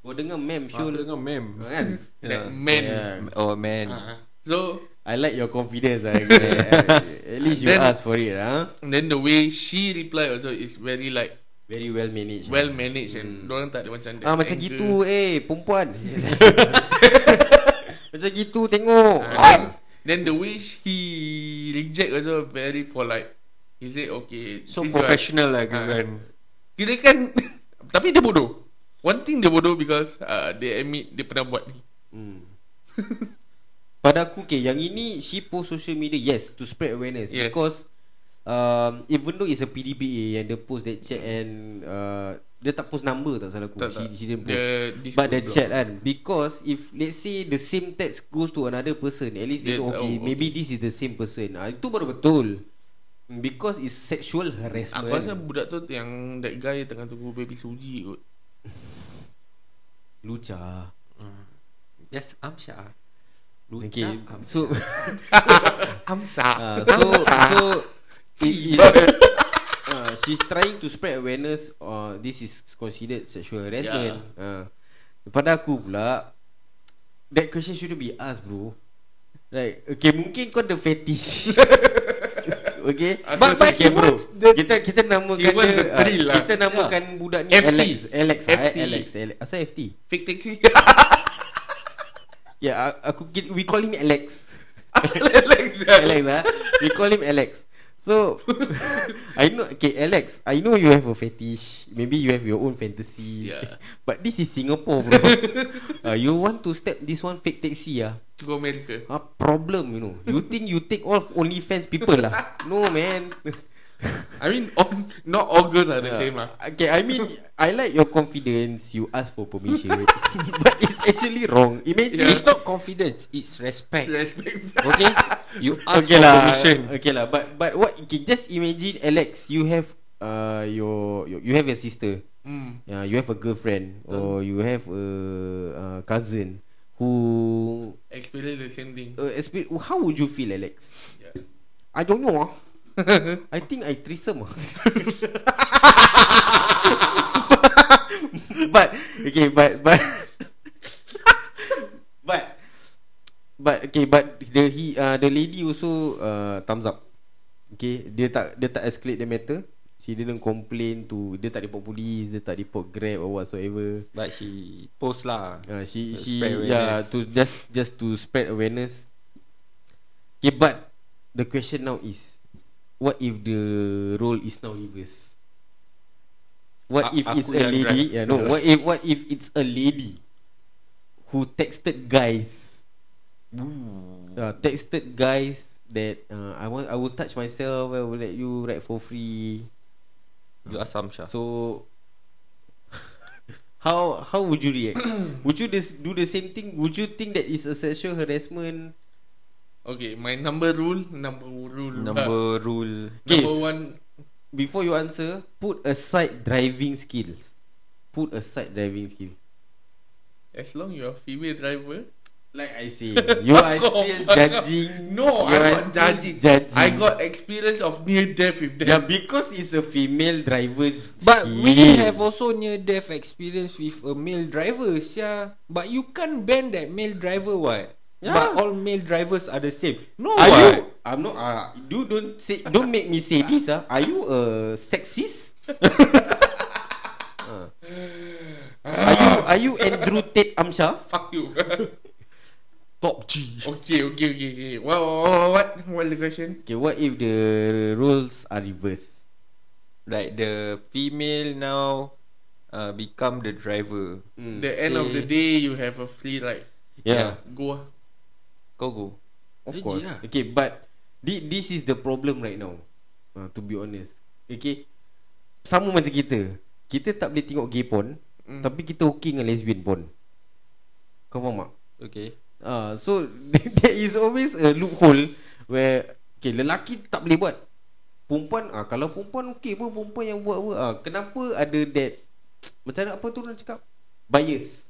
B: Kau dengar mem
C: Aku
B: Syul
C: dengar mem
B: Kan
A: That man
B: Yeah.
C: Oh man
A: Ah, So
B: I like your confidence lah At least you
A: Then-
B: ask for it ah.
A: And then the way she reply also is very like
B: Very well managed
A: well managed and orang tak ada macam that
B: Ah macam
A: anger.
B: gitu eh perempuan. macam gitu tengok.
A: Ah, then the way she reject also very polite. He said okay.
C: So
A: since you are-
C: professional lah kau
A: Ah.
C: kan
A: Kira kan tapi dia bodoh. One thing dia bodoh because uh, dia admit dia pernah buat ni.
C: Oh,
B: Hmm. Pada aku okay, yang ini she post social media yes to spread awareness
A: Yes.
B: because um, even though it's a PDBA yang dia post that chat and uh, dia tak post number tak salah aku.
A: Tak,
B: she,
A: tak.
B: she didn't post.
A: Dia
B: But the
A: disclose
B: chat kan Because if Let's say the same text Goes to another person At least they
A: Dia
B: know
A: tahu,
B: okay,
A: okay.
B: Maybe this is the same person ah, Itu baru betul Because it's sexual
A: lah.
B: harassment
A: Aku rasa budak tu yang that guy tengah tunggu baby suji kot.
B: Lucah
C: Yes Amsyah
B: Okay
C: Lucah Amsyah
B: So
A: Amsa.
B: Ah, so so it, it, uh, she's trying to spread awareness uh, this is considered sexual harassment. Yeah. Uh, pada aku pula that question shouldn't be asked bro. Right. Okay, mungkin kau the fetish. okay.
A: Aku
B: But,
A: rasa
B: but
A: he
B: okay, bro.
A: wants the-
B: kita kita namakan
A: wants
B: dia
A: the
B: ah,
A: thrill lah.
B: kita namakan budak ni
A: FT.
B: Alex Alex ah,
A: FT.
B: Alex Alex. Asal FT?
A: Fake taxi.
B: Ya, yeah, ah, aku we call him Alex.
A: Asal Alex.
B: Alex ah. We call him Alex. So I know okay Alex, I know you have a fetish. Maybe you have your own fantasy.
A: Yeah.
B: But this is Singapore, bro. uh, you want to step this one fake taxi ah?
A: Go America.
B: Ah problem you know. You think you take all OnlyFans people lah? No man.
A: I mean all, not all girls are the same lah.
B: Okay, I mean I like your confidence. You ask for permission, but it's actually wrong. Imagine
C: It's not confidence It's respect
A: Respect.
C: Okay You ask
B: okay
C: for
B: lah.
C: permission
B: Okay lah. But but what? Okay, just imagine Alex. You have uh your, your you have a sister.
A: Hmm.
B: Yeah, you have a girlfriend or you have a uh, cousin who.
A: Experience the same thing.
B: Uh, expe- how would you feel, Alex?
A: Yeah.
B: I don't know. Ah. I think I threesome. ah. but okay, but but but but okay, but the he uh, the lady also uh, thumbs up. Okay, dia tak dia tak escalate the matter. She didn't complain to dia tak report polis, dia tak report grab or whatsoever.
C: But she post lah
B: Uh, she
C: To
B: she
C: spread
B: yeah
C: awareness.
B: to just just to spread awareness. Okay, but the question now is, what if the role is now reverse? What
C: A-
B: if it's
C: aku
B: a
C: yang
B: lady?
C: drive.
B: Yeah, no. What if what if it's a lady who texted guys? Uh, texted guys that uh, I want I will touch myself. I will let you ride for free.
C: You ask Amsyah
B: So how how would you react? would you dis- do the same thing? Would you think that it's a sexual harassment?
A: Okay, my number rule, number rule. Uh,
C: Number rule
B: Okay.
A: number one.
B: Before you answer, put aside driving skills. Put aside driving skills.
A: As long you are female driver,
B: Like I say, you are
A: Fuck off,
B: still
A: fuck off.
B: judging.
A: No,
B: you
A: I'm
B: are
A: not
B: still
A: judging.
B: judging.
A: I got experience of near death with
B: yeah
A: them.
B: because it's a female driver.
C: But
B: skill.
C: we have also near death experience with a male driver, yeah. But you can't ban that male driver, what?
B: Yeah.
C: But all male drivers are the same. No,
B: Are
C: what?
B: you? I'm not. Uh, you don't say. Don't make me say this. Ah, are you a sexist? Ah. Are you are you Andrew Tate Amsha?
A: Fuck you.
C: top G.
A: okay, okay, okay, okay. What, what, what, what the question?
B: Okay, what if the roles are reversed?
C: Like the female now uh, become the driver.
B: Hmm.
A: The end of the day, you have a free ride.
B: Yeah,
A: Go. ah.
C: Kau go.
B: of
C: Legit
B: course.
C: lah.
B: Okay, but thi- this is the problem right now. Uh, to be honest, okay, sama macam kita. Kita tak boleh tengok gay porn,
A: Mm.
B: tapi kita okay dengan lesbian porn. Kau faham tak?
C: Okay.
B: Ah, Ah, so there is always a loophole where okay, lelaki tak boleh buat. Perempuan ah kalau perempuan okey pun perempuan yang buat apa ah kenapa ada that macam mana apa tu orang cakap bias.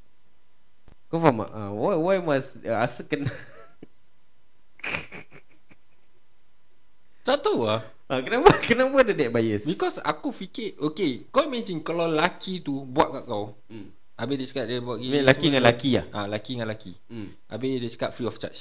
B: Kau faham tak? Ah, why why must uh, asa kena
C: Tak tahu lah
B: ah, kenapa kenapa ada that bias?
C: Because aku fikir Okay Kau imagine Kalau laki tu Buat kat kau
B: Hmm.
C: Habis dia cakap dia buat gini
B: Lelaki
C: semua
B: dengan
C: tu.
B: lelaki ah.
C: Ah, laki dengan laki
B: Hmm.
C: Habis dia cakap free of charge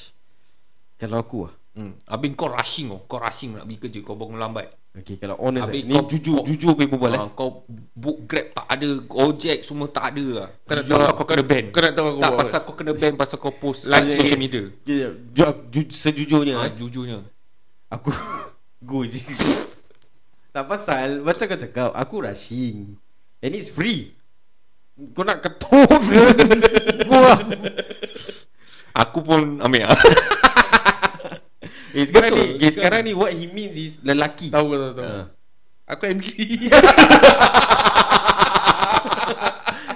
B: Kalau aku ah.
C: hmm. Habis kau rushing oh. Kau rushing nak pergi kerja Kau bangun lambat
B: Okay kalau honest
C: Habis
B: eh. Ni
C: kau-
B: jujur
C: kau-
B: jujur punya perbual eh.
C: ah, Kau book grab tak ada Ojek semua tak ada lah
A: Kau nak
C: Pasal
A: tahu-
C: kau kena ban
A: kau nak tahu aku
C: Tak
A: buat
C: pasal kau kena ban Pasal kau post
A: Lagi-
C: kat social media
B: Ya, ya, ju- sejujurnya
A: Ya.
B: ah,
C: ah, Jujurnya
B: Aku Go je Tak pasal Macam kau cakap Aku rushing And it's free Kau nak ketuk ke Go lah
C: Aku pun ambil ah.
B: eh, sekarang
C: Betul,
B: ni eh,
C: sekarang.
B: Sekarang ni What he means is Lelaki
A: Tahu tahu tahu.
B: Ah.
A: Aku MC.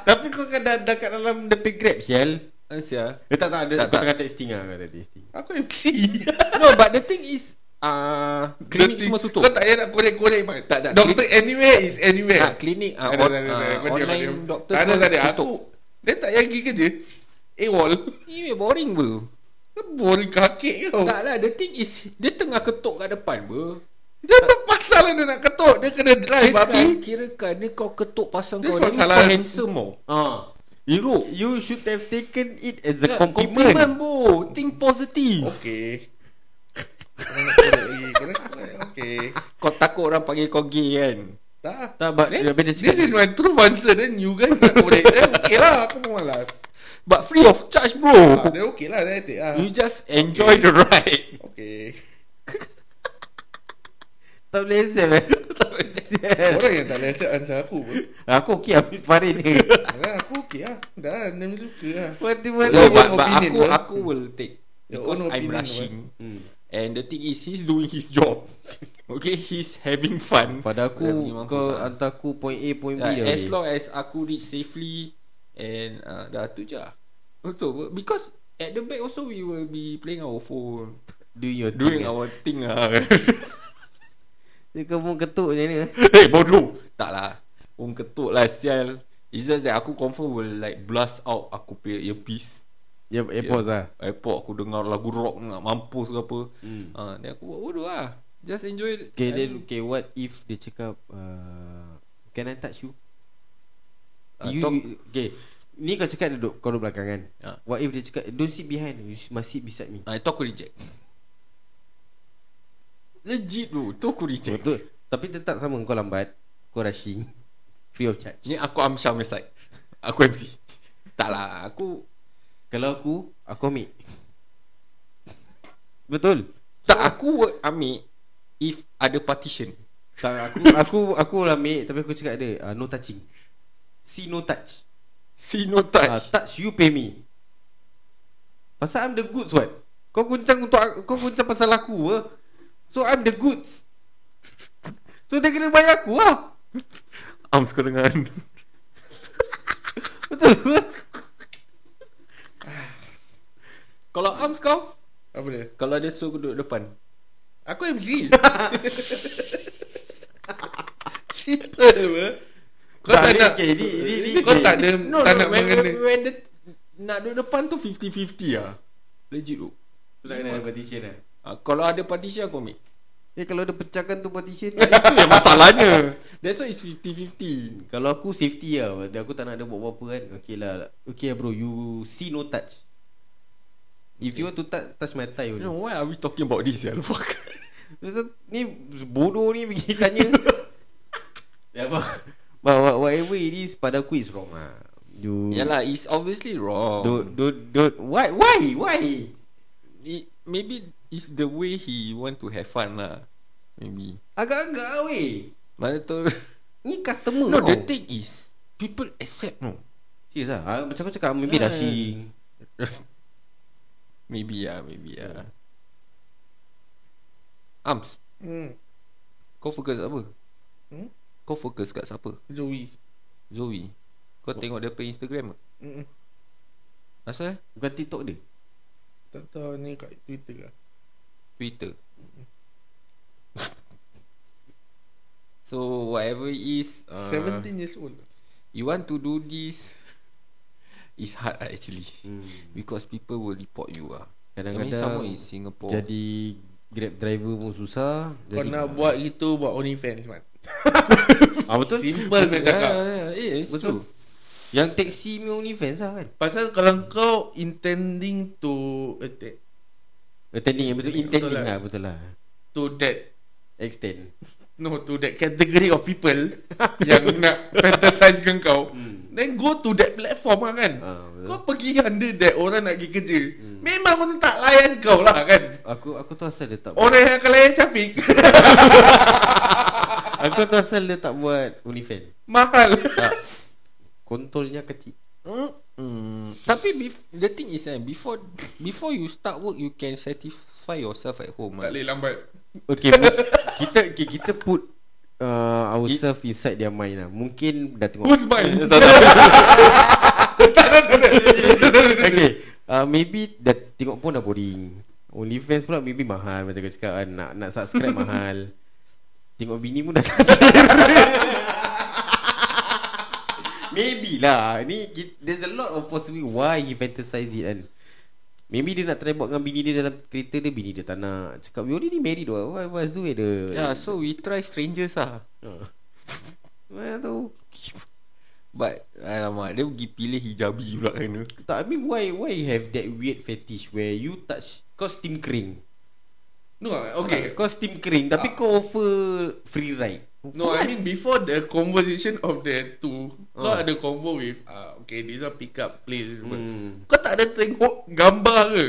B: Tapi kau kan dah, dah kat dalam The pay grab Sial
C: Sia
B: Eh tak tak, ada,
C: Tak,
B: Kau tengah
C: tak.
B: texting lah Kau tengah texting
A: aku MC.
C: No but the thing is uh, Klinik
A: Nanti
C: semua tutup
A: Kau tak payah nak korek-korek man.
C: Tak, tak.
A: Doktor anywhere is anywhere.
C: Ah, klinik, ah,
A: Tak ada,
C: on-
A: tak ada, tak ada.
C: ah,
A: Kau diam,
C: online
A: diam.
C: doktor
A: Tak ada
C: semua
A: tak ada. Aku
C: tutup.
A: dia tak payah pergi kerja. AWOL.
C: Ini boring bro
A: Kau Boring kakek kau.
C: Tak lah The thing is Dia tengah ketuk kat depan bro
A: Dia tak pasal dia nak ketuk. Dia kena drive babi.
C: Babi Kira kan Dia kau ketuk pasal
A: Dia
C: kau
A: sebab
C: Dia
A: salah.
C: kau handsome oh.
B: Ah, You You should have taken it As a compliment,
C: Compliment bro Think positive
A: Okey. Kau nak korek lagi. Kau nak korek. Okey.
C: Kau takut orang panggil kau gay kan
A: Tak.
B: Tak but
A: Then,
B: Dia beda
A: This is
B: cakap
A: my true answer Then you guys tak korek Then okay lah Aku pun malas
C: But free of charge bro
A: ah, Then okay lah Then I take lah
C: You just enjoy the ride
A: Okay
B: Tak boleh accept eh Sial.
A: Orang yang tak lesat Answer aku pun
B: Aku okey Ambil Farid ni
A: Alah, aku okey lah Dah Dia suka lah
B: Mati-mati
C: No,
A: Your
C: but,
A: own
C: but
A: opinion,
C: aku
A: bro.
C: aku will take
A: Your
C: because
A: own
C: I'm
A: opinion,
C: rushing.
B: Hmm.
C: And the thing is he's doing his job. okay, he's having fun.
B: Pada aku
C: Dah pergi mampus
B: Kau
C: lah.
B: hantar aku Point A point B dah
C: Yeah, as
B: boleh.
C: long as aku reach safely and uh, dah tu je lah. Betul bro. because at the back also we will be playing our phone,
B: Doing your thing
C: doing
B: lah.
C: our thing ah.
B: Dia kau pun ketuk macam mana
C: hey Eh, bodoh. Tak lah. Orang ketuk lah sial. It's just that aku confirm will like blast out aku punya earpiece.
B: Ya AirPods lah
C: Airport aku dengar lagu rock nak mampus ke apa.
B: Hmm.
C: Ha, then aku buat bodoh lah. Just enjoy. it.
B: Okay then
C: And-
B: Okay what if Dia cakap uh, Can I touch you
C: Ah,
B: You,
C: talk.
B: you Okay Ni kau cakap duduk Kau duduk belakang kan
C: Ya.
B: What if dia cakap Don't sit behind You must sit beside me
C: Ah, itu aku reject. Legit bro, tu aku reject.
B: Betul Tapi tetap sama Kau lambat Kau rushing Free of charge
C: Ni aku Amsyar punya side. Aku MC. tak lah, aku
B: Kalau aku Aku ambil Betul
C: tak aku work ambil if ada partition.
B: Tak aku aku aku lah ambil tapi aku cakap dia uh, no touching. See no touch.
C: See no
B: Uh,
C: touch.
B: touch you pay me. Pasal I'm the goods what? Kau guncang untuk aku- kau guncang pasal aku ke? So I'm the goods. So dia kena bayar aku lah.
C: Am suka dengan
B: Betul ke?
C: Kalau Ams kau
A: Apa dia
C: Kalau dia suruh aku duduk depan
A: Aku MC Simple apa Kau tak,
B: ni-
A: nak
B: okay, ni, ni, ni,
A: Kau
B: okay.
A: tak ada
C: No,
A: Tak
C: no
A: nak
C: when,
A: mengenai
C: when, when the, Nak duduk depan tu 50-50 lah Legit bro
B: So, nak kena ada partition lah.
C: Ah, kalau ada partition aku ambil
B: Eh kalau dia pecahkan tu partition
C: Itu yang masalahnya That's why it's 50-50
B: Kalau aku safety lah Dia- Aku tak nak dia buat apa-apa kan Okay lah Okay lah bro You see no touch If you want to touch Touch my thigh
C: You
B: only
C: know why are we talking about this ya Fuck
B: Pasal ni bodoh ni pergi tanya. ya apa? But what- whatever it is pada aku is wrong ah. You
C: Yalah it's obviously wrong
B: Don't don't don't why why why?
C: It, Maybe it's the way he want to have fun lah Maybe
B: Agak-agak lah, weh.
C: Mana tu
B: Ni customer.
C: No
B: tau.
C: the thing is People accept no
B: Serius ah. Ah, Macam kau cakap maybe
C: Ah.
B: rushing.
C: Maybe lah Maybe lah Ams
A: hmm.
C: Kau fokus kat apa?
A: Hmm?
C: Kau fokus kat siapa?
A: Joey
C: Zoe Kau tengok dia punya Instagram ke?
A: Mm-mm.
C: Asal? eh?
B: Bukan TikTok dia.
A: Tak tahu ni kat Twitter lah
C: Twitter. so whatever it is, uh,
A: 17 years old
C: you want to do this, it's hard lah actually
B: Hmm.
C: because people will report you ah. I mean
B: Kadang-kadang
C: sama in Singapore.
B: jadi Grab driver pun susah.
A: Kau
B: Jadi
A: nak buat gitu Buat OnlyFans man
B: ah, betul. Ya.
A: Simple kau
C: yeah,
A: cakap
C: yeah, yeah, yeah, it's
B: Betul.
C: true.
B: Yang taksi punya OnlyFans lah kan.
A: Pasal kalau kau intending to attack
B: Attending betul
A: Betul
B: intending
A: lah.
B: lah betul lah.
A: to that
B: Extend.
A: no to that category of people yang nak fantasize dengan kau
B: Hmm.
A: then go to that platform lah kan
B: Ah, betul. Hmm.
A: kau pergi under that orang nak pergi kerja memang orang tak layan kau lah kan
B: Aku aku tu asal dia tak buat.
A: orang yang akan layan Syafiq
B: Aku tu asal dia tak buat OnlyFans.
A: mahal
B: Tak. Kontolnya kecil.
C: Mm, mm. Tapi bef- the thing is eh, before before you start work, you can satisfy yourself at home.
A: tak
C: ah.
A: boleh lambat
B: Okay, put, kita okay, kita put uh, ourselves inside their mind lah. Mungkin dah tengok.
A: who's mine
B: okay, uh, maybe dah tengok pun dah boring. OnlyFans pula maybe mahal macam kau cakap kan. Nak nak subscribe mahal. Tengok bini pun dah tak selera. Maybe lah Ni ki- There's a lot of possibility Why he fantasize it kan Maybe dia nak try buat dengan bini dia Dalam kereta dia Bini dia tak nak Cakap we already married what Why what's do it the
C: Yeah, so we try strangers ah.
B: Mana tu
C: But Alamak Dia pergi pilih hijabi pula kena
B: Tak I mean why Why you have that weird fetish Where you touch Kau steam kering
A: no okay
B: Kau steam kering Tapi kau offer Free ride
A: Ah. No, I mean before the conversation of the two, oh.
B: Ah.
A: kau ada convo with uh, okay, these are pick up place.
B: Hmm.
A: Hmm. Kau tak ada tengok gambar ke?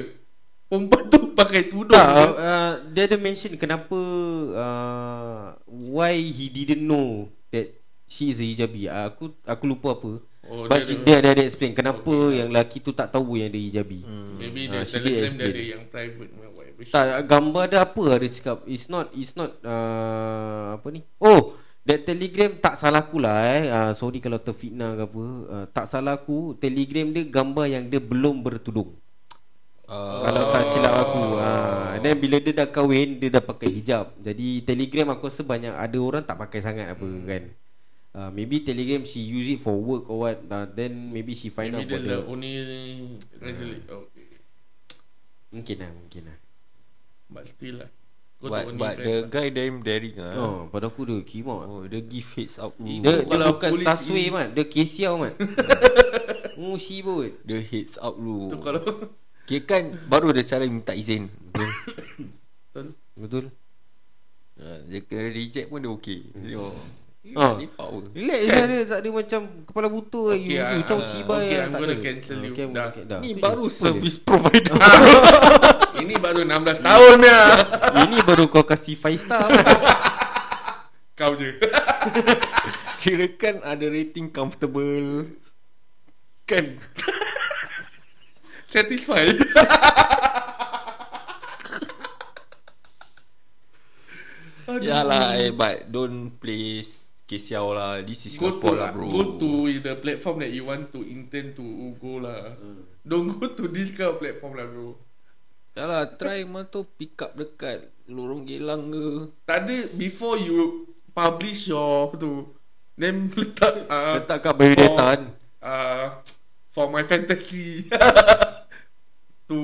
A: Perempuan tu pakai tudung.
B: Tak
A: ke?
B: uh, uh, Dia ada mention Kenapa uh, Why he didn't know That She is a hijabi uh, Aku Aku lupa apa
A: Oh,
B: But
A: dia
B: she,
A: ada-
B: dia ada, ada explain Kenapa yang lelaki tu Tak tahu yang dia hijabi
A: Hmm. Maybe dia
B: Ah, she
A: dalam time
B: did
A: dia
B: explain.
A: ada yang private whatever. shit.
B: Tak gambar dia apa lah dia cakap It's not It's not uh, Apa ni Oh That telegram tak salah aku lah eh uh, Sorry kalau terfitnah ke apa uh, Tak salah aku Telegram dia gambar yang dia belum bertudung oh. Kalau tak silap aku uh, Then bila dia dah kahwin Dia dah pakai hijab Jadi telegram aku rasa banyak Ada orang tak pakai sangat apa hmm. kan uh, Maybe telegram she use it for work or what uh, Then maybe she find
A: Maybe that's
B: maybe out
A: the
B: about the...
A: only
B: Hmm.
A: oh, resolution. Okay.
B: Mungkin lah mungkin lah
A: But still lah. Kau
C: But,
A: tak only
C: but
A: friend
C: the
A: lah.
C: guy damn daring ah.
B: oh, Mm. Pada aku dia came out
C: Oh, dia give heads up ni.
B: Dia, dia
A: Kalau
B: bukan
A: polis
B: sasui
A: ini-
B: mat Dia kesiau mat Musi pun
C: dia heads up lu.
A: tu kalau
C: Kira kan baru dia cara minta izin.
B: Betul
C: Ah, dia kena reject pun dia okey. Dia
B: Ah.
C: oh. Dia power.
B: Relax je dia Tak ada macam Kepala buta
A: kan? Okay,
B: You, you
A: ah,
B: tahu
A: ah,
B: cibai
A: okay,
B: ah,
A: I'm
B: tak
A: gonna
B: ada.
A: cancel
B: Ah,
A: you.
B: okay, I'm gonna
A: Dah.
B: ca- dah.
C: Ni
B: Itu
C: baru
B: je.
C: service provider.
A: ini baru 16 tahun ya.
B: Ini baru kau kasih 5 star
A: Kau je.
C: Kira kan ada rating comfortable. Kan
A: Satisfied.
C: Yalah eh But don't play Kesiau lah This is
A: go to
C: Singapore lah bro
A: go to the platform that you want to intend to go lah.
C: Hmm.
A: Don't go to this kind of platform lah bro.
C: Yalah try mana tu Pick up dekat Lorong Gelang ke
A: Tak ada before you publish your tu then letak uh,
B: Letak kat biodata kan
A: uh, for my fantasy to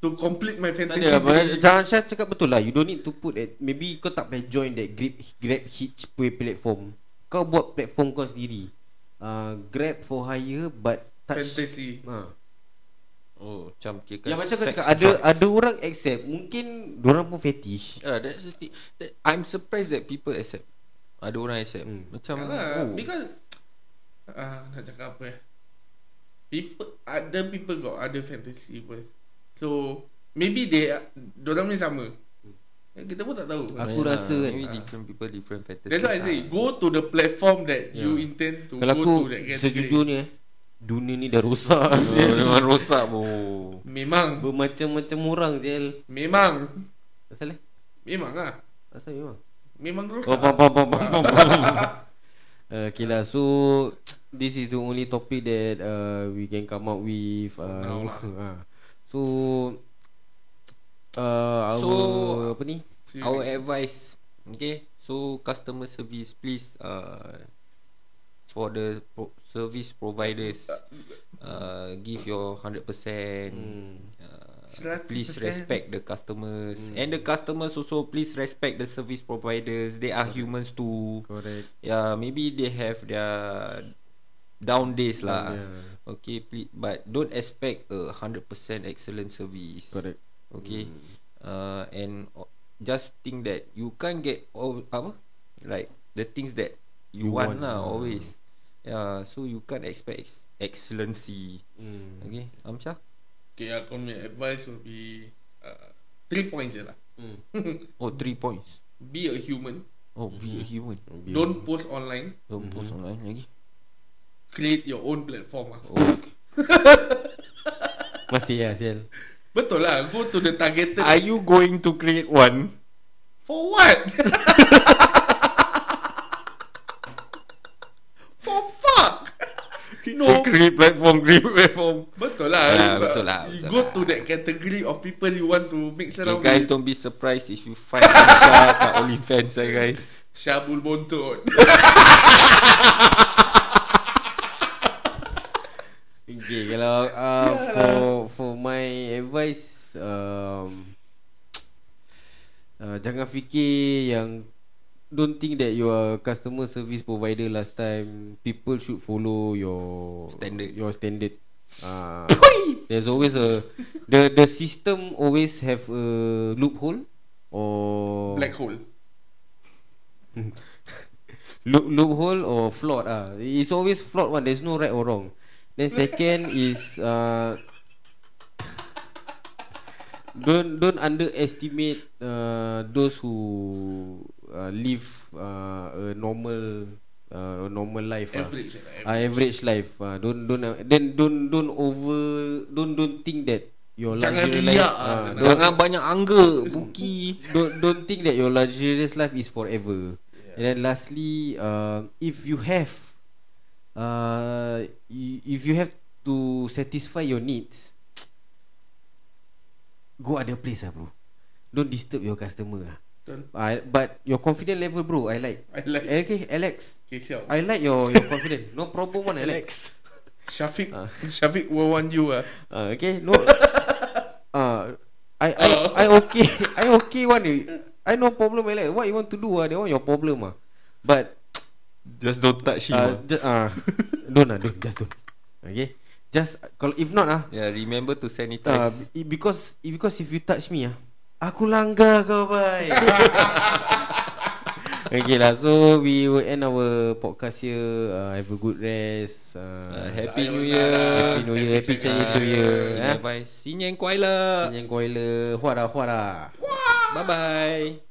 A: to complete my
B: Tak
A: fantasy.
B: ada apa- eh?
A: dream.
B: Jangan Syah cakap betul lah You don't need to put at, Maybe kau tak payah join That Grab, grab Hitch punya platform Kau buat platform kau sendiri uh, Grab for hire But touch
A: fantasy.
B: ha.
C: Oh Macam kira
B: Yang Ya, macam kau
C: sex
B: cakap Ada
C: job.
B: ada orang accept Mungkin Diorang pun fetish
C: Ah, that's the thing. That, I'm surprised that people accept. Ada orang accept.
B: Hmm.
C: Hmm. Macam
A: Yalah,
C: oh.
A: because ah nak cakap apa eh? People ada people got ada fantasy pun. So maybe they dorang ni sama. Eh, Kita pun tak tahu.
B: Aku rasa kan.
C: Oh, ya lah. maybe different people different lah. fantasy.
A: That's why I say go to the platform that yeah. you intend to
B: Ya. Kalau
A: go
B: aku
A: to that category.
B: sejujurnya eh, dunia ni dah rosak.
C: Oh, memang rosak oh.
A: memang
B: Bermacam-macam orang je.
A: memang
B: Asal eh?
A: memang ah.
B: Asal memang.
A: Memang lah. rosak.
B: Oh, pam pam pam pam pam. pam. Uh, okay lah so This is the only topic that uh, We can come up with uh,
A: now lah.
B: ah. So uh, our
C: So,
B: apa ni?
A: See you
C: Our
A: next.
C: advice Okay So customer service Please uh, For the pro- service providers uh, Give your 100%
B: Hmm.
C: uh,
A: 100%.
C: Please respect the customers
B: Hmm.
C: mm. And the customers also Please respect the service providers They are humans too
B: Correct.
C: Yeah Ya, Maybe they have their Down days lah
B: Yeah.
C: Okay please But don't expect A 100% excellent service
B: Correct.
C: Okay uh, And o- Just think that You can't get all, Apa Like The things that
B: You
C: You, want,
B: want,
C: lah
B: ah.
C: Always Yeah So you can't expect ex- Excellency
B: Mm.
C: Okay Amcha
A: Okay, I'll call my advice will be uh, three points je lah.
B: Mm.
C: Oh 3 points
A: Be a human.
C: Oh be a human
B: Be-
A: Don't post online.
C: Don't mm-hmm. post online lagi
A: Create your own platform lah.
C: Oh okay.
B: masih ya Sial.
A: Betul lah. Go to the targeted.
C: Are you going to create one?
A: For what? For fuck.
C: To
A: no.
C: create platform Create platform
A: Betul lah.
C: Ah,
A: Sebab
C: betul lah,
A: You
C: betul
A: go
C: lah.
A: to that category of people you want to mix
C: Okay
A: around
C: guys
A: with.
C: don't be surprised If you find Amcha Kat OnlyFans eh guys
A: Syabul Bontot.
C: Oh.
B: Okay, kalau uh, for for my advice um, uh, jangan fikir yang don't think that you are customer service provider last time. People should follow your
C: Standard.
B: Your standard. Uh, there's always a the the system always have a loophole or
A: Black hole.
B: Loop, loophole or flawed ah. It's always flawed one. There's no right or wrong. Then second is uh, don't don't underestimate uh, those who uh, live uh, a normal uh, a normal life. ah.
A: Average. je lah,
B: Ah, average life. Uh, don't don't uh, then don't don't over don't don't think that your
A: Jangan
B: luxury
A: riak,
B: life.
A: ah.
B: ah, don't-
C: Jangan banyak angga Buki
B: don't don't think that your luxurious life is forever. Yeah. And then lastly, uh, if you have, uh, i- if you have to satisfy your needs, go other place ah bro. Don't disturb your customer ah.
A: Betul.
B: I, but your confident level bro, I like.
A: I like.
C: Eh,
B: Okay, Alex.
A: Okay, siap.
B: I like your your confident. No problem one, Alex.
A: Syafiq.
B: Ah.
A: Syafiq will want you ah.
B: Uh, okay, no. uh, I I I okay. I okay one. eh. I no problem. I like what you want to do. Ah, that one your problem. Ah, but
C: Just don't touch him
B: uh, just, uh, don't ah, don't just don't. Okay, just kalau if not ah,
C: Yeah, remember to sanitize.
B: uh, be- because because if you touch me ah, aku langgar kau bye. okay lah, so we will end our podcast here. Uh, have a good rest.
C: Uh,
B: Uh,
C: happy New
A: Sayonara.
C: Year.
B: Happy New Year, Happy
C: Ah,
B: Chinese
A: Ah,
B: New
C: ya,
B: Year.
C: eh. Bye bye. Sinian Kuai le.
B: yang kau le, huara huara.
C: Bye bye.